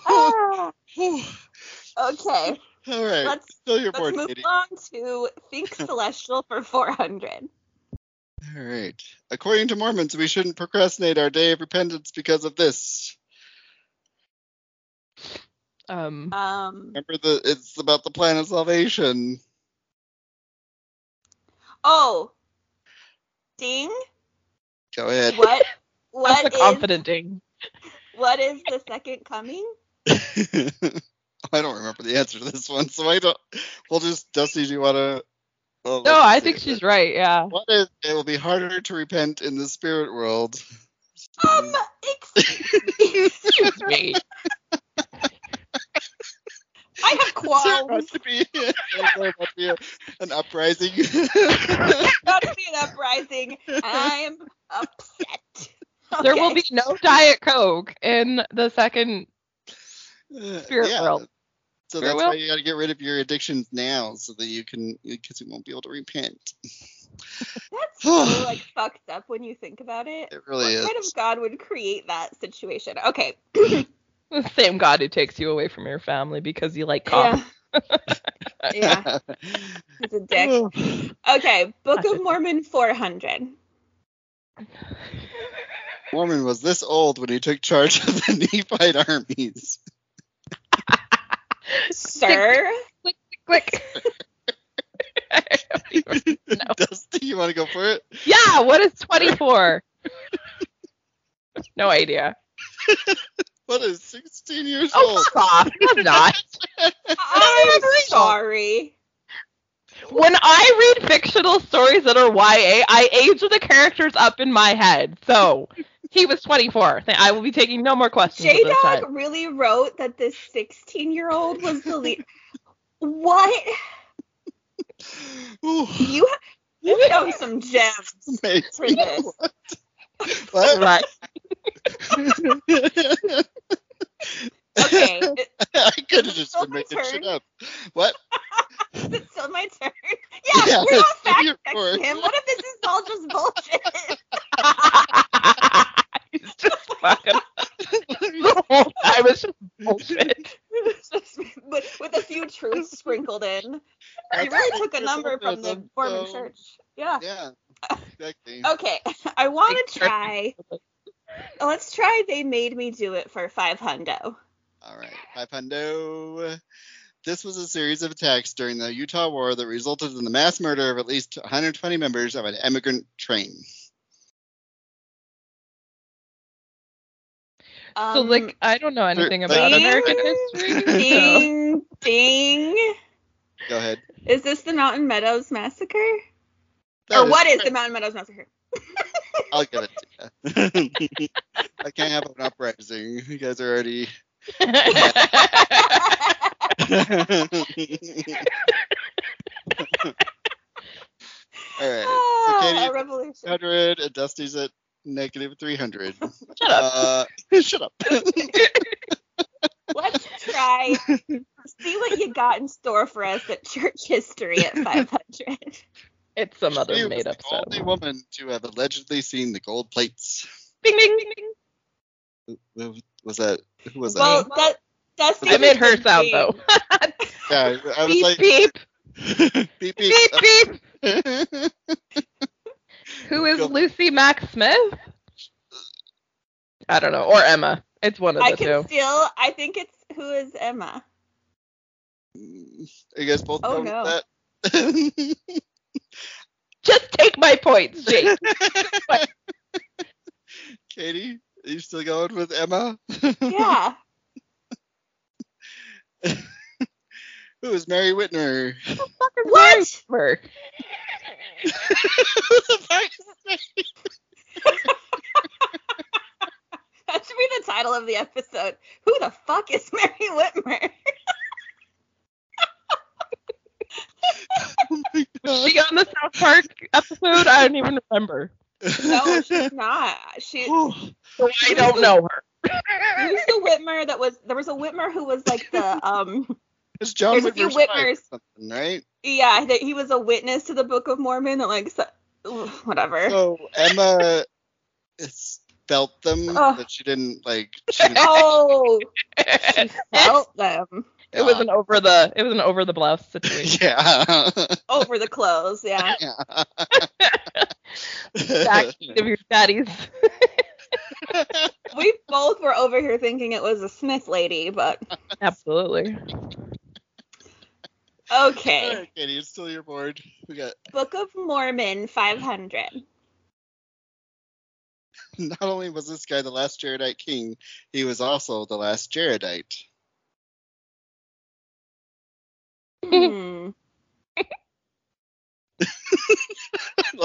Speaker 3: Ah, [SIGHS] okay,
Speaker 1: [LAUGHS] All right.
Speaker 3: let's
Speaker 1: Still your
Speaker 3: let's
Speaker 1: board,
Speaker 3: move
Speaker 1: Katie.
Speaker 3: on to
Speaker 2: [LAUGHS]
Speaker 3: Think Celestial for 400.
Speaker 1: All right. According to Mormons, we shouldn't procrastinate our day of repentance because of this.
Speaker 2: Um,
Speaker 3: Um,
Speaker 1: Remember the it's about the plan of salvation.
Speaker 3: oh, ding.
Speaker 1: Go [LAUGHS] ahead.
Speaker 3: What?
Speaker 2: [LAUGHS] that's a
Speaker 3: What is,
Speaker 2: confident ding.
Speaker 3: what is the second coming?
Speaker 1: I don't remember the answer to this one, so I don't. We'll just Dusty. Do you want to? Well,
Speaker 2: No,
Speaker 1: let's
Speaker 2: I
Speaker 1: see.
Speaker 2: think she's right. Yeah.
Speaker 1: What if it will be harder to repent in the spirit world?
Speaker 2: Mm-hmm.
Speaker 3: Um, excuse me. [LAUGHS]
Speaker 2: Excuse me. [LAUGHS] [LAUGHS]
Speaker 3: I have
Speaker 1: Is [LAUGHS] there about
Speaker 3: qualms.
Speaker 1: to be, is there about to be a- an uprising? [LAUGHS]
Speaker 3: About to be an uprising. I'm upset.
Speaker 2: [LAUGHS] There will
Speaker 3: Okay.
Speaker 2: be no Diet Coke in the second.
Speaker 1: spirit
Speaker 2: world.
Speaker 1: So
Speaker 2: Spirit
Speaker 1: that's why
Speaker 2: world?
Speaker 1: you got to get rid of your addictions now, so that you can, because you won't be able to repent.
Speaker 2: [SIGHS]
Speaker 3: That's so like fucked up when you think about it.
Speaker 1: It really
Speaker 3: what kind
Speaker 1: is.
Speaker 3: of God would create that situation? Okay.
Speaker 2: The same God who takes you away from your family because you like coffee.
Speaker 3: Yeah. [LAUGHS] yeah.
Speaker 1: [LAUGHS]
Speaker 3: He's a dick.
Speaker 2: [SIGHS]
Speaker 3: Okay. Book
Speaker 2: Such a
Speaker 3: of
Speaker 2: [LAUGHS] dick.
Speaker 3: Mormon 400.
Speaker 1: [SIGHS]
Speaker 2: [LAUGHS]
Speaker 1: Mormon was this old when he took charge of the [LAUGHS] Nephite armies.
Speaker 3: [LAUGHS] Sir?
Speaker 2: Click.
Speaker 1: [LAUGHS] Dusty, you want to go for it?
Speaker 2: yeah. What is 24? [LAUGHS] no idea.
Speaker 1: What is 16 years
Speaker 2: Oh,
Speaker 1: old?
Speaker 2: fuck off. I'm not.
Speaker 3: I'm
Speaker 2: remember either.
Speaker 3: sorry.
Speaker 2: When I read fictional stories that are YA, I age the characters up in my head. So he was 24. Th- I will be taking no more questions. at
Speaker 3: J
Speaker 2: this time.
Speaker 3: Dog really wrote that this 16 year old was the lead. what?
Speaker 1: Ooh, [LAUGHS]
Speaker 3: You, ha- you found some gems for
Speaker 1: amazing.
Speaker 3: this.
Speaker 1: [LAUGHS] What?
Speaker 2: Right. [LAUGHS]
Speaker 1: [LAUGHS]
Speaker 3: Okay.
Speaker 1: I could have
Speaker 3: Is it
Speaker 1: just
Speaker 3: still
Speaker 1: been
Speaker 3: my
Speaker 1: making shit
Speaker 3: turn?
Speaker 1: up. [LAUGHS]
Speaker 3: [LAUGHS]
Speaker 1: What?
Speaker 3: Is it still my
Speaker 1: [LAUGHS]
Speaker 3: turn? Yeah,
Speaker 1: Yeah,
Speaker 3: we're all
Speaker 1: it's still
Speaker 3: fact
Speaker 1: your turn.
Speaker 3: checking him. What if this is all just bullshit? [LAUGHS]
Speaker 1: [LAUGHS]
Speaker 2: He's just fucking [LAUGHS] the whole time is just bullshit.
Speaker 3: with, with a few truths sprinkled in.
Speaker 1: That's
Speaker 3: You really
Speaker 1: what
Speaker 3: took
Speaker 1: you're
Speaker 3: a number
Speaker 1: doing,
Speaker 3: from the Oh.
Speaker 1: that's
Speaker 3: Mormon
Speaker 1: so-
Speaker 3: church. Yeah.
Speaker 1: Yeah,
Speaker 3: [LAUGHS]
Speaker 1: exactly.
Speaker 3: Okay. I want to try. Let's try They Made Me Do It for five hundo.
Speaker 1: All right, five hundo. This was a series of attacks during the Utah War that resulted in the mass murder of at least 120 members of an emigrant train.
Speaker 3: Um,
Speaker 2: so like I don't know anything about
Speaker 1: Ding.
Speaker 2: American [LAUGHS] history. so-
Speaker 3: ding, ding.
Speaker 1: Go ahead.
Speaker 3: Is this the Mountain Meadows Massacre?
Speaker 1: That
Speaker 3: or what is the Mountain Meadows
Speaker 2: [LAUGHS]
Speaker 3: Massacre?
Speaker 1: I'll give it to you. [LAUGHS] I can't have an uprising. You guys are already. [LAUGHS]
Speaker 2: [LAUGHS]
Speaker 3: [LAUGHS]
Speaker 1: All right.
Speaker 3: Ah,
Speaker 1: Katie-
Speaker 3: a revolution.
Speaker 1: 100 and Dusty's at negative 300.
Speaker 2: Shut up.
Speaker 1: Uh, shut
Speaker 2: [LAUGHS]
Speaker 1: up.
Speaker 3: Let's
Speaker 2: [LAUGHS]
Speaker 3: try. See what you got in store for us at church
Speaker 2: [LAUGHS]
Speaker 3: history at 500.
Speaker 2: It's some
Speaker 1: She
Speaker 2: other
Speaker 1: was
Speaker 2: made up
Speaker 1: the
Speaker 2: stuff.
Speaker 1: only woman to have allegedly seen the gold plates.
Speaker 2: Bing bing bing bing.
Speaker 1: Who Was that? Who was
Speaker 3: Well,
Speaker 1: that?
Speaker 3: that Dusty.
Speaker 2: I made her
Speaker 3: was
Speaker 2: sound
Speaker 3: being-
Speaker 2: though.
Speaker 1: Yeah, I was
Speaker 2: Beep
Speaker 1: like,
Speaker 2: beep
Speaker 1: [LAUGHS] beep, beep.
Speaker 2: beep beep. Who is
Speaker 1: Go.
Speaker 2: Lucy Mack Smith? I don't know. Or Emma. It's one of
Speaker 3: I
Speaker 2: the
Speaker 3: can
Speaker 2: two.
Speaker 3: still. I think it's who is Emma.
Speaker 2: [LAUGHS]
Speaker 1: Are [LAUGHS] you guys both
Speaker 3: Oh,
Speaker 1: going
Speaker 3: no.
Speaker 1: with that? [LAUGHS]
Speaker 2: Just take my [LAUGHS] points, Jake.
Speaker 1: Katie, are you still going with Emma?
Speaker 3: Yeah.
Speaker 1: Who is Mary Whitner? [LAUGHS]
Speaker 3: what?
Speaker 2: Mer.
Speaker 1: Who the fuck is that?
Speaker 3: [LAUGHS] That should be the title of the episode. Who the fuck is Mary Whitmer?
Speaker 1: Oh my
Speaker 2: Was she on the South Park episode? I don't even remember.
Speaker 1: [LAUGHS]
Speaker 3: No,
Speaker 1: God.
Speaker 3: she's not. She.
Speaker 1: Oh,
Speaker 2: So I don't know her. [LAUGHS]
Speaker 3: Who's the Whitmer that was? There was a Whitmer who was like the um.
Speaker 1: it's John
Speaker 3: There's a few
Speaker 1: Whitmer's wife or
Speaker 3: Whitmers.
Speaker 1: something, right?
Speaker 3: Yeah, that he was a witness to the Book of Mormon and like so, ugh, whatever.
Speaker 1: So Emma spelt them,
Speaker 3: Ugh.
Speaker 1: but she didn't like. She didn't,
Speaker 3: [LAUGHS] oh, she
Speaker 2: it
Speaker 3: felt them
Speaker 2: was an over the it was an over the blouse
Speaker 1: [LAUGHS]
Speaker 2: situation.
Speaker 1: [LAUGHS] yeah.
Speaker 3: over the clothes. Yeah.
Speaker 1: [LAUGHS]
Speaker 2: Back of your [LAUGHS] daddy's.
Speaker 3: We both were over here thinking it was a Smith lady, but
Speaker 2: [LAUGHS] Absolutely.
Speaker 1: All
Speaker 3: okay.
Speaker 1: right, Katie, it's still your board. We got
Speaker 3: Book of Mormon 500.
Speaker 1: not only was this guy the last Jaredite king, he was also the last Jaredite. [LAUGHS]
Speaker 3: Hmm.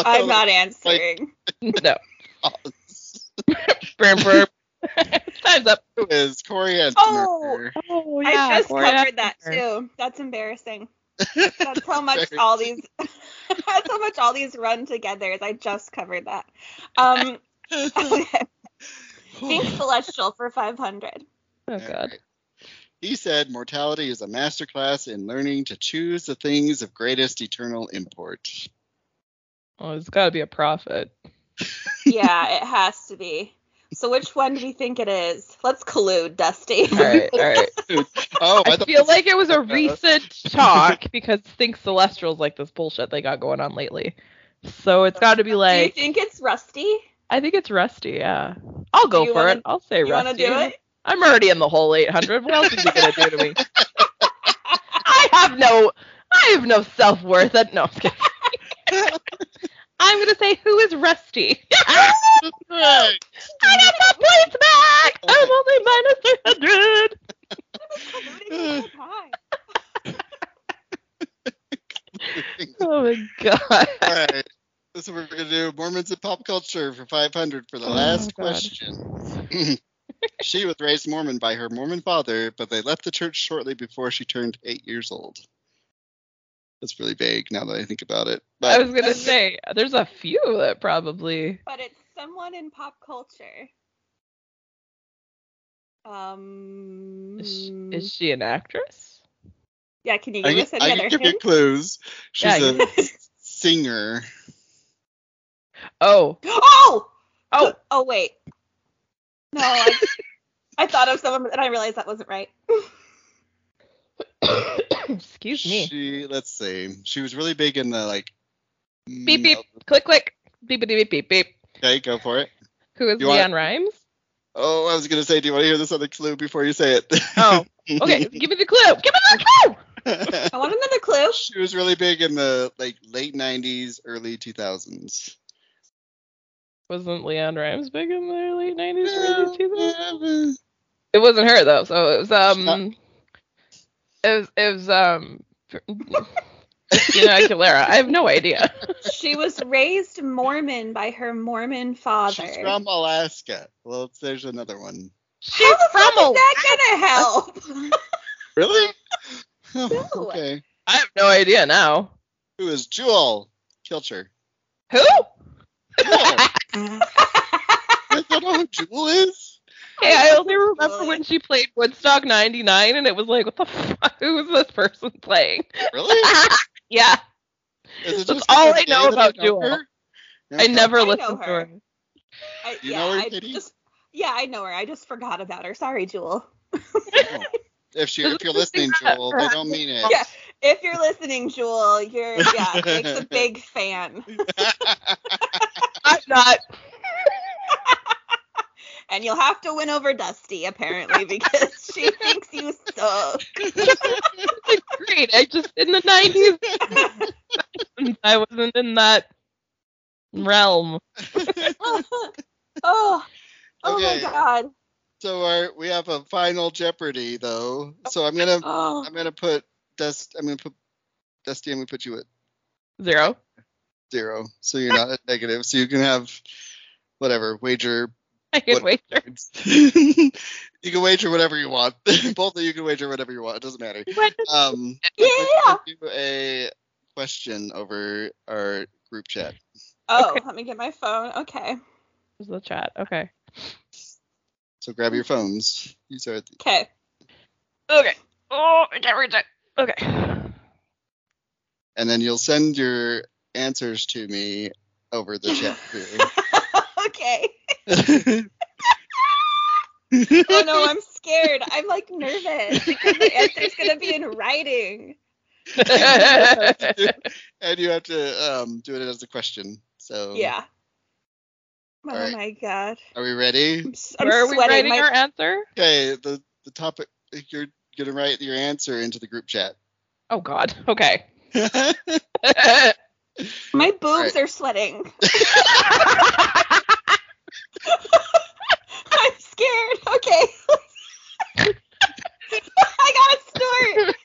Speaker 3: I'm not answering.
Speaker 2: No.
Speaker 1: [LAUGHS]
Speaker 2: Burn, burn. Time's up.
Speaker 1: Is Corey Anthony.
Speaker 3: Oh,
Speaker 2: Oh,
Speaker 3: I just
Speaker 2: Gloria.
Speaker 3: covered that too.
Speaker 2: [LAUGHS]
Speaker 3: That's embarrassing. That's how much
Speaker 1: Very
Speaker 3: all these [LAUGHS] that's how much all these run together is I just covered that. Um [LAUGHS]
Speaker 2: [LAUGHS]
Speaker 3: Pink Celestial for five hundred.
Speaker 2: Oh, God.
Speaker 1: He said mortality is a masterclass in learning to choose the things of greatest eternal import. [LAUGHS]
Speaker 2: Oh, it's got to be a [LAUGHS] prophet.
Speaker 3: Yeah, it has to be. So which one do we think it is? Let's collude, Dusty.
Speaker 2: All right, all right.
Speaker 1: Oh,
Speaker 2: I
Speaker 1: thought-
Speaker 2: feel like it was a
Speaker 1: Uh,
Speaker 2: recent talk because think Celestials like this bullshit they got going on lately. So it's got to be
Speaker 3: [LAUGHS] do you
Speaker 2: like
Speaker 3: think it's Rusty?
Speaker 2: I think it's Rusty. Yeah, I'll go
Speaker 3: you
Speaker 2: for
Speaker 3: wanna-
Speaker 2: it. I'll say
Speaker 3: You want to
Speaker 2: Rusty.
Speaker 3: do
Speaker 2: [LAUGHS]
Speaker 3: it?
Speaker 2: I'm already in the hole 800. What else is he gonna do to
Speaker 3: [LAUGHS]
Speaker 2: me? I have no, I have no self worth. No, I'm, kidding.
Speaker 3: [LAUGHS]
Speaker 2: I'm gonna say who is [LAUGHS] Rusty. I
Speaker 1: Right.
Speaker 2: got my points back.
Speaker 3: [LAUGHS]
Speaker 2: I'm only minus 300.
Speaker 3: Colluding the whole
Speaker 2: Mm.
Speaker 3: time.
Speaker 2: Oh my god.
Speaker 1: All right. This is what we're gonna do Mormons and pop culture for 500 for the
Speaker 2: Oh,
Speaker 1: last
Speaker 2: God.
Speaker 1: question. [LAUGHS] she was raised Mormon by her Mormon father, but they left the church shortly before she turned eight years old. That's really vague now that I think about it.
Speaker 2: I
Speaker 1: But
Speaker 2: was gonna say there's a few that probably.
Speaker 3: But it's someone in pop culture. Um
Speaker 2: Is she,
Speaker 1: Mm.
Speaker 2: is she an actress?
Speaker 3: Yeah, can you
Speaker 1: I
Speaker 3: give
Speaker 1: can,
Speaker 3: us
Speaker 1: I
Speaker 3: any
Speaker 1: can
Speaker 3: other
Speaker 1: give you
Speaker 3: hint?
Speaker 1: clues. She's
Speaker 2: Yeah,
Speaker 1: a singer.
Speaker 2: Oh, [COUGHS]
Speaker 3: oh!
Speaker 2: oh,
Speaker 3: Oh wait. No, I, I thought of someone and I realized that wasn't right.
Speaker 2: excuse me.
Speaker 1: She let's see. She was really big in the like.
Speaker 2: Beep beep, click click, beep beep beep beep beep.
Speaker 1: Okay, go for it.
Speaker 2: Who is
Speaker 1: You want-
Speaker 2: Leon Rhymes?
Speaker 1: [LAUGHS] Oh, I was gonna say, do you want to hear this other clue before you say it? [LAUGHS]
Speaker 2: Oh, okay. give me the clue. Give me the clue.
Speaker 3: I want another clue.
Speaker 1: she was really big in the like late '90s, early 2000s.
Speaker 2: Wasn't Leon Rhymes big in the late nineties, early two thousands?
Speaker 1: Yeah,
Speaker 2: It wasn't her though, so it was um,
Speaker 1: Not-
Speaker 2: it was it was um, [LAUGHS] Christina Aguilera. I have no idea.
Speaker 3: She was raised Mormon by her Mormon
Speaker 1: but
Speaker 3: father.
Speaker 1: She's from Alaska. Well, it's- there's another one.
Speaker 2: She's
Speaker 3: How the
Speaker 2: from
Speaker 3: fuck
Speaker 2: a.
Speaker 3: is that gonna help?
Speaker 1: Really? [LAUGHS] Oh,
Speaker 3: No.
Speaker 1: Okay.
Speaker 2: I have no idea now.
Speaker 1: Who is Jewel
Speaker 2: [LAUGHS]
Speaker 1: Kilcher?
Speaker 2: Who?
Speaker 1: Jewel. I don't know who Jewel is.
Speaker 2: Hey, I only remember when she played Woodstock 99 and it was like, what the fuck? [LAUGHS] Who is this person playing?
Speaker 1: Really?
Speaker 2: yeah,
Speaker 1: Is it
Speaker 2: That's
Speaker 1: just
Speaker 2: all I
Speaker 1: because gay
Speaker 2: know
Speaker 1: that
Speaker 2: about Jewel.
Speaker 1: her?
Speaker 2: I never
Speaker 3: I know
Speaker 2: listened to
Speaker 3: her.
Speaker 2: her.
Speaker 3: I,
Speaker 1: [LAUGHS] You
Speaker 3: yeah,
Speaker 1: know her,
Speaker 3: I
Speaker 1: Kitty?
Speaker 3: just yeah, I know her. I just forgot about her. Sorry, Jewel.
Speaker 1: No. If, she, if you're listening, Jewel, they don't mean it.
Speaker 3: Yeah. If you're listening, Jewel, you're yeah, Nick's a
Speaker 1: [LAUGHS]
Speaker 3: big fan.
Speaker 2: I'm not.
Speaker 3: And you'll have to win over Dusty apparently because she thinks you
Speaker 1: [LAUGHS]
Speaker 3: suck.
Speaker 2: It's great. I just, in the 90s, [LAUGHS] I wasn't in that realm.
Speaker 3: [LAUGHS] oh, oh
Speaker 1: Okay.
Speaker 3: my god.
Speaker 1: [LAUGHS] so our, we have a final Jeopardy though. So I'm gonna
Speaker 3: Oh,
Speaker 1: I'm gonna put Dust I'm gonna put Dusty. I'm gonna put you at
Speaker 2: Zero. [LAUGHS]
Speaker 1: zero, so you're not at negative. So you can have whatever wager. [LAUGHS]
Speaker 2: I can
Speaker 1: What-
Speaker 2: wager.
Speaker 1: you can wager whatever you want. [LAUGHS] Both of you can wager whatever you want. It doesn't matter.
Speaker 2: [LAUGHS] What?
Speaker 1: Um,
Speaker 3: yeah.
Speaker 1: let's do a question over our group chat.
Speaker 3: Oh, let me get my phone. Okay.
Speaker 2: This is the chat. Okay.
Speaker 1: So grab your phones. These are the,
Speaker 3: Okay.
Speaker 2: Okay. Oh, I can't reach it. [LAUGHS] Okay.
Speaker 1: and then you'll send your answers to me over the
Speaker 3: [LAUGHS]
Speaker 1: chat [LAUGHS]
Speaker 3: okay.
Speaker 1: too.
Speaker 3: Oh no, I'm scared. I'm
Speaker 1: [LAUGHS]
Speaker 3: like nervous because the answer's gonna be in writing.
Speaker 1: [LAUGHS] and you have to um, do it as a question. So
Speaker 3: Yeah. Oh
Speaker 1: Alright.
Speaker 3: my god.
Speaker 1: are we ready?
Speaker 3: I'm, s- I'm
Speaker 2: Where are we writing
Speaker 3: sweating. My,
Speaker 2: our answer?
Speaker 1: Okay, the the topic you're gonna write your answer into the group chat. [LAUGHS]
Speaker 2: Oh, God. [LAUGHS] Okay.
Speaker 3: my boobs are sweating. [LAUGHS] I'm scared. Okay. [LAUGHS] I got a snort.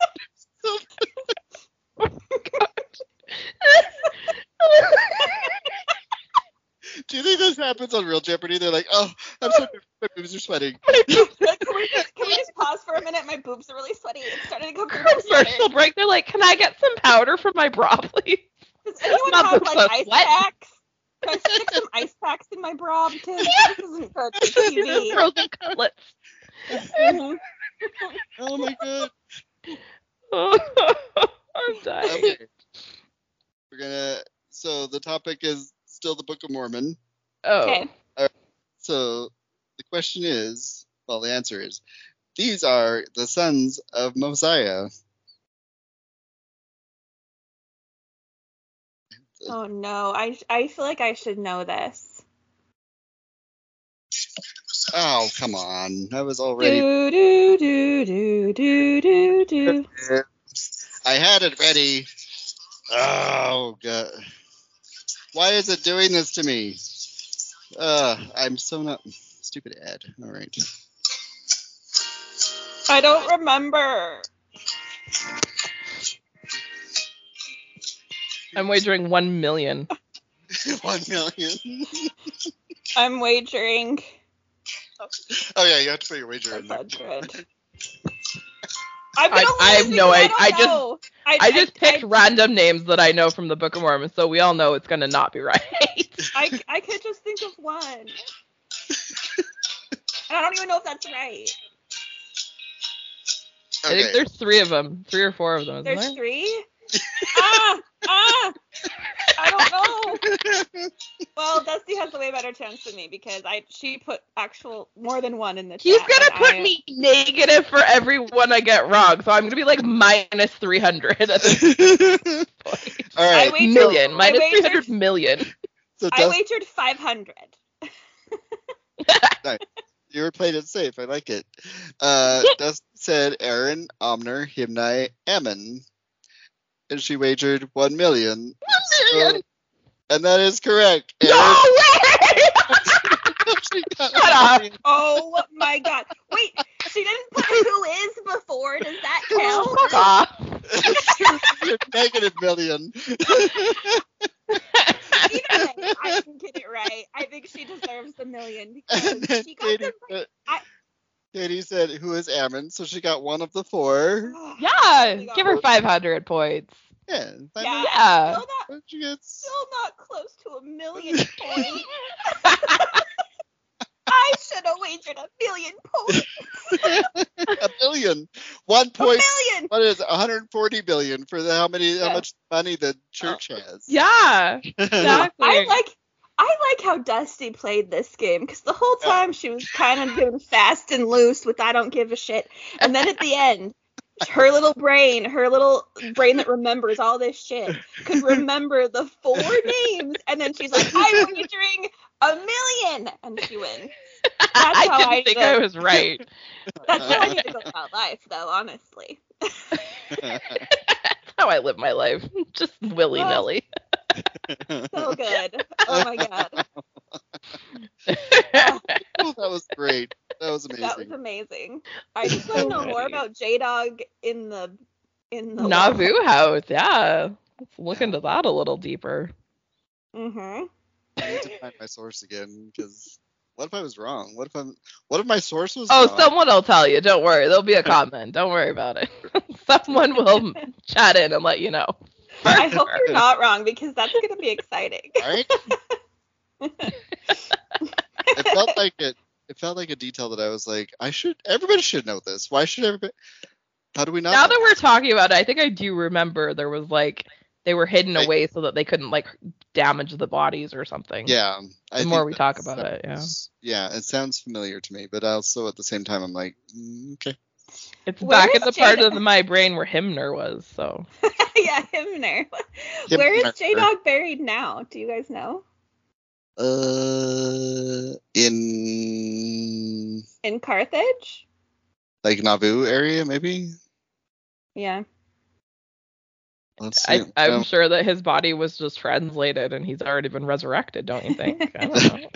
Speaker 1: happens on Real Jeopardy. They're like, oh, I'm so my boobs are sweating.
Speaker 3: Like, can, we, can we just pause for a minute? My boobs are really sweaty. It's
Speaker 2: [LAUGHS]
Speaker 3: starting to come through my
Speaker 2: Commercial
Speaker 3: sweater.
Speaker 2: break. They're like, "Can I get some powder for my bra, please?" [LAUGHS]
Speaker 3: Does anyone
Speaker 2: Not
Speaker 3: have
Speaker 2: boobs,
Speaker 3: like
Speaker 2: but
Speaker 3: ice
Speaker 2: sweat.
Speaker 3: packs? Can I stick some ice packs in my bra? Because [LAUGHS] this isn't good for
Speaker 2: These are
Speaker 3: TV.
Speaker 2: frozen cutlets. [LAUGHS]
Speaker 3: Mhm.
Speaker 1: Oh my god.
Speaker 2: I'm dying.
Speaker 1: Okay. We're gonna. So the topic is still the Book of Mormon.
Speaker 2: Oh,
Speaker 3: Okay.
Speaker 1: So the question is, well, the answer is, these are the sons of Mosiah.
Speaker 3: Oh no, I I feel like I should know this.
Speaker 1: Oh, come on. I was already.
Speaker 3: Do do do do do do do.
Speaker 1: I had it ready. Oh god. Why is it doing this to me? Uh, I'm so not stupid Ed. All right.
Speaker 3: I don't remember.
Speaker 2: I'm wagering one million.
Speaker 1: [LAUGHS] One million.
Speaker 3: I'm wagering
Speaker 1: Oh yeah, you have to put your wager in there.
Speaker 3: 100. I'm
Speaker 2: I-
Speaker 3: gonna
Speaker 2: I have
Speaker 3: lose
Speaker 2: no
Speaker 3: because
Speaker 2: idea. I
Speaker 3: don't
Speaker 2: just-
Speaker 3: know.
Speaker 2: I just picked
Speaker 3: I,
Speaker 2: random names that I know from the Book of Mormon, so we all know it's gonna not be right. [LAUGHS]
Speaker 3: I, I could just think of one. and I don't even know if that's right.
Speaker 2: I think there's three of them, three or four of them. Isn't
Speaker 3: There's
Speaker 2: there? [LAUGHS]
Speaker 3: three. ah, ah. I don't know.
Speaker 2: [LAUGHS]
Speaker 3: Well, Dusty has a way better chance than me because I she put actual more than one in the
Speaker 2: He's
Speaker 3: chat.
Speaker 2: gonna
Speaker 3: and
Speaker 2: put
Speaker 3: I-
Speaker 2: me negative for every one I get wrong, so I'm gonna be like minus 300
Speaker 1: [LAUGHS]
Speaker 2: at
Speaker 3: [LAUGHS]
Speaker 2: this
Speaker 1: All
Speaker 3: I
Speaker 1: right.
Speaker 3: wagered-
Speaker 2: million,
Speaker 3: I
Speaker 2: minus
Speaker 3: wagered-
Speaker 2: 300
Speaker 3: [LAUGHS]
Speaker 2: million.
Speaker 1: so
Speaker 3: I
Speaker 1: Dust,
Speaker 3: wagered 500.
Speaker 1: you were playing it safe. I like it. Uh, Dust said Aaron, Omner, Himni, Ammon, and she wagered one million. So- and that is correct. Aaron,
Speaker 2: No way!
Speaker 1: she got
Speaker 2: [LAUGHS] Shut up.
Speaker 1: one
Speaker 3: Oh my god. Wait, she didn't
Speaker 2: [LAUGHS]
Speaker 3: put who is before. Does that count?
Speaker 2: Fuck off.
Speaker 1: million. You're [LAUGHS] negative million.
Speaker 3: Either way,
Speaker 2: [LAUGHS]
Speaker 3: I can get it right. I think she deserves the million
Speaker 1: And
Speaker 2: [LAUGHS]
Speaker 3: because
Speaker 1: then
Speaker 3: she got
Speaker 1: Katie
Speaker 3: them right.
Speaker 1: said,
Speaker 3: I-
Speaker 1: Katie said, "Who is Ammon?" So she got one of the four.
Speaker 2: Yeah, give her
Speaker 3: Yeah.
Speaker 2: 500 points.
Speaker 1: Yeah. I
Speaker 3: Yeah.
Speaker 1: know.
Speaker 2: Yeah.
Speaker 3: Still not,
Speaker 1: She gets.
Speaker 3: still not close to a million points. I should have wagered a million points.
Speaker 1: a billion. One
Speaker 3: A
Speaker 1: point.
Speaker 3: million.
Speaker 1: What is it, 140 billion for the how many
Speaker 3: Yeah. Oh.
Speaker 1: how much money the church has? [LAUGHS]
Speaker 2: Yeah, [LAUGHS] exactly.
Speaker 3: I like. I like how Dusty played this game because the whole
Speaker 1: Yeah.
Speaker 3: time she was kind of doing fast and loose with I don't give a shit. And then at the end, her little brain, her little brain that remembers all this shit, could remember the four names. And then she's like, I'm wagering a million. And she wins. That's
Speaker 2: [LAUGHS] I
Speaker 3: how
Speaker 2: didn't
Speaker 3: I
Speaker 2: think
Speaker 3: did.
Speaker 2: I was right. [LAUGHS]
Speaker 3: That's how I need to go about life, though, honestly.
Speaker 2: That's how I live my life. [LAUGHS] Just willy nilly. [LAUGHS]
Speaker 3: So good. Oh my God.
Speaker 2: [LAUGHS]
Speaker 1: Oh, that was great. That was amazing.
Speaker 3: That was amazing. I just want to know more
Speaker 2: Alrighty.
Speaker 3: about J Dog in the in the
Speaker 2: Nauvoo house, yeah. Let's look
Speaker 1: Yeah.
Speaker 2: into that a little deeper.
Speaker 3: Mm-hmm.
Speaker 2: [LAUGHS]
Speaker 1: I need to find my source again because what if I was wrong? What if I'm? What if my source was?
Speaker 2: Oh,
Speaker 1: wrong?
Speaker 2: someone will tell you. Don't worry. There'll be a comment. Don't worry about it. [LAUGHS] someone will chat in and let you know.
Speaker 3: I hope you're not wrong because that's gonna be exciting. [LAUGHS]
Speaker 1: Right? it felt like it. It felt like a detail that I was like, I should. Everybody should know this. Why should everybody? How do we not?
Speaker 2: Now
Speaker 1: know
Speaker 2: that we're talking about it, I think I do remember there was like they were hidden
Speaker 1: Right.
Speaker 2: away so that they couldn't like damage the bodies or something.
Speaker 1: Yeah. I
Speaker 2: The
Speaker 1: think
Speaker 2: more we
Speaker 1: that
Speaker 2: talk about it, yeah.
Speaker 1: sounds- Yeah, it sounds familiar to me, but also at the same time, I'm like, mm, okay.
Speaker 2: It's
Speaker 3: Where
Speaker 2: back
Speaker 3: is
Speaker 2: in the part
Speaker 3: Jada?
Speaker 2: of my brain where Himner was. So
Speaker 3: yeah, Himner. Where is
Speaker 1: Himner.
Speaker 3: J Dog buried now? Do you guys know?
Speaker 1: Uh, in
Speaker 3: In Carthage?
Speaker 1: like Naboo area, maybe.
Speaker 3: Yeah.
Speaker 1: Let's see.
Speaker 2: I, I'm
Speaker 3: oh.
Speaker 1: No.
Speaker 2: sure that his body was just translated and he's already been resurrected. Don't you think? I don't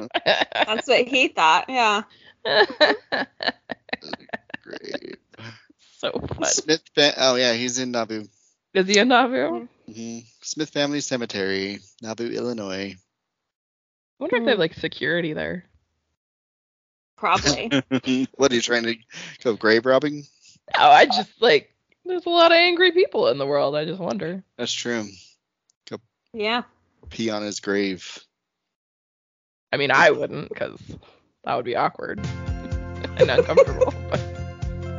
Speaker 2: know.
Speaker 3: That's what he thought. Yeah.
Speaker 1: [LAUGHS]
Speaker 3: [LAUGHS]
Speaker 1: Great.
Speaker 2: [LAUGHS] so fun.
Speaker 1: Smith. Fa- oh yeah, he's in Mm-hmm. Naboo.
Speaker 2: Is he in
Speaker 3: Mm-hmm.
Speaker 2: Nauvoo?
Speaker 1: hmm Smith Family Cemetery, Naboo, Illinois.
Speaker 2: wonder if they have like security there. [LAUGHS]
Speaker 3: Probably.
Speaker 1: [LAUGHS] what are you trying to go grave robbing?
Speaker 2: No, Oh, I just like there's a lot of angry people in the world. I just wonder.
Speaker 1: That's true.
Speaker 2: [LAUGHS]
Speaker 3: yeah. [LAUGHS]
Speaker 1: Pee on his grave.
Speaker 2: I mean, I wouldn't because that would be awkward and
Speaker 3: [LAUGHS]
Speaker 2: uncomfortable. but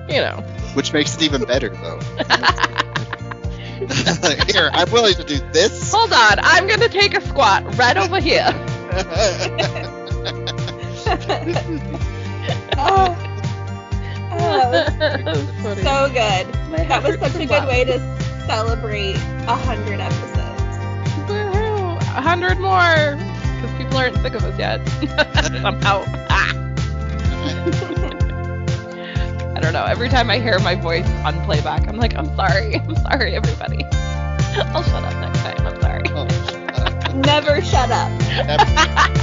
Speaker 2: you know,
Speaker 1: Which makes it even better, though. [LAUGHS] Here, I'm willing to do this. [LAUGHS]
Speaker 2: hold on, I'm gonna take a squat right over here.
Speaker 3: Oh. Oh,
Speaker 2: [LAUGHS] That's funny.
Speaker 3: so good.
Speaker 2: My
Speaker 3: That was
Speaker 2: heart
Speaker 3: such a
Speaker 2: dropped.
Speaker 3: good way to celebrate a hundred episodes.
Speaker 2: Woohoo! A hundred more, because people aren't sick of us yet. [LAUGHS] Somehow. [LAUGHS] Ah. I don't know. Every time I hear my voice on playback, I'm like, I'm sorry. [LAUGHS] I'm sorry, everybody. [LAUGHS] I'll shut up next time. I'm sorry. [LAUGHS]
Speaker 1: Oh, uh,
Speaker 3: Never shut up.
Speaker 1: never-
Speaker 2: [LAUGHS]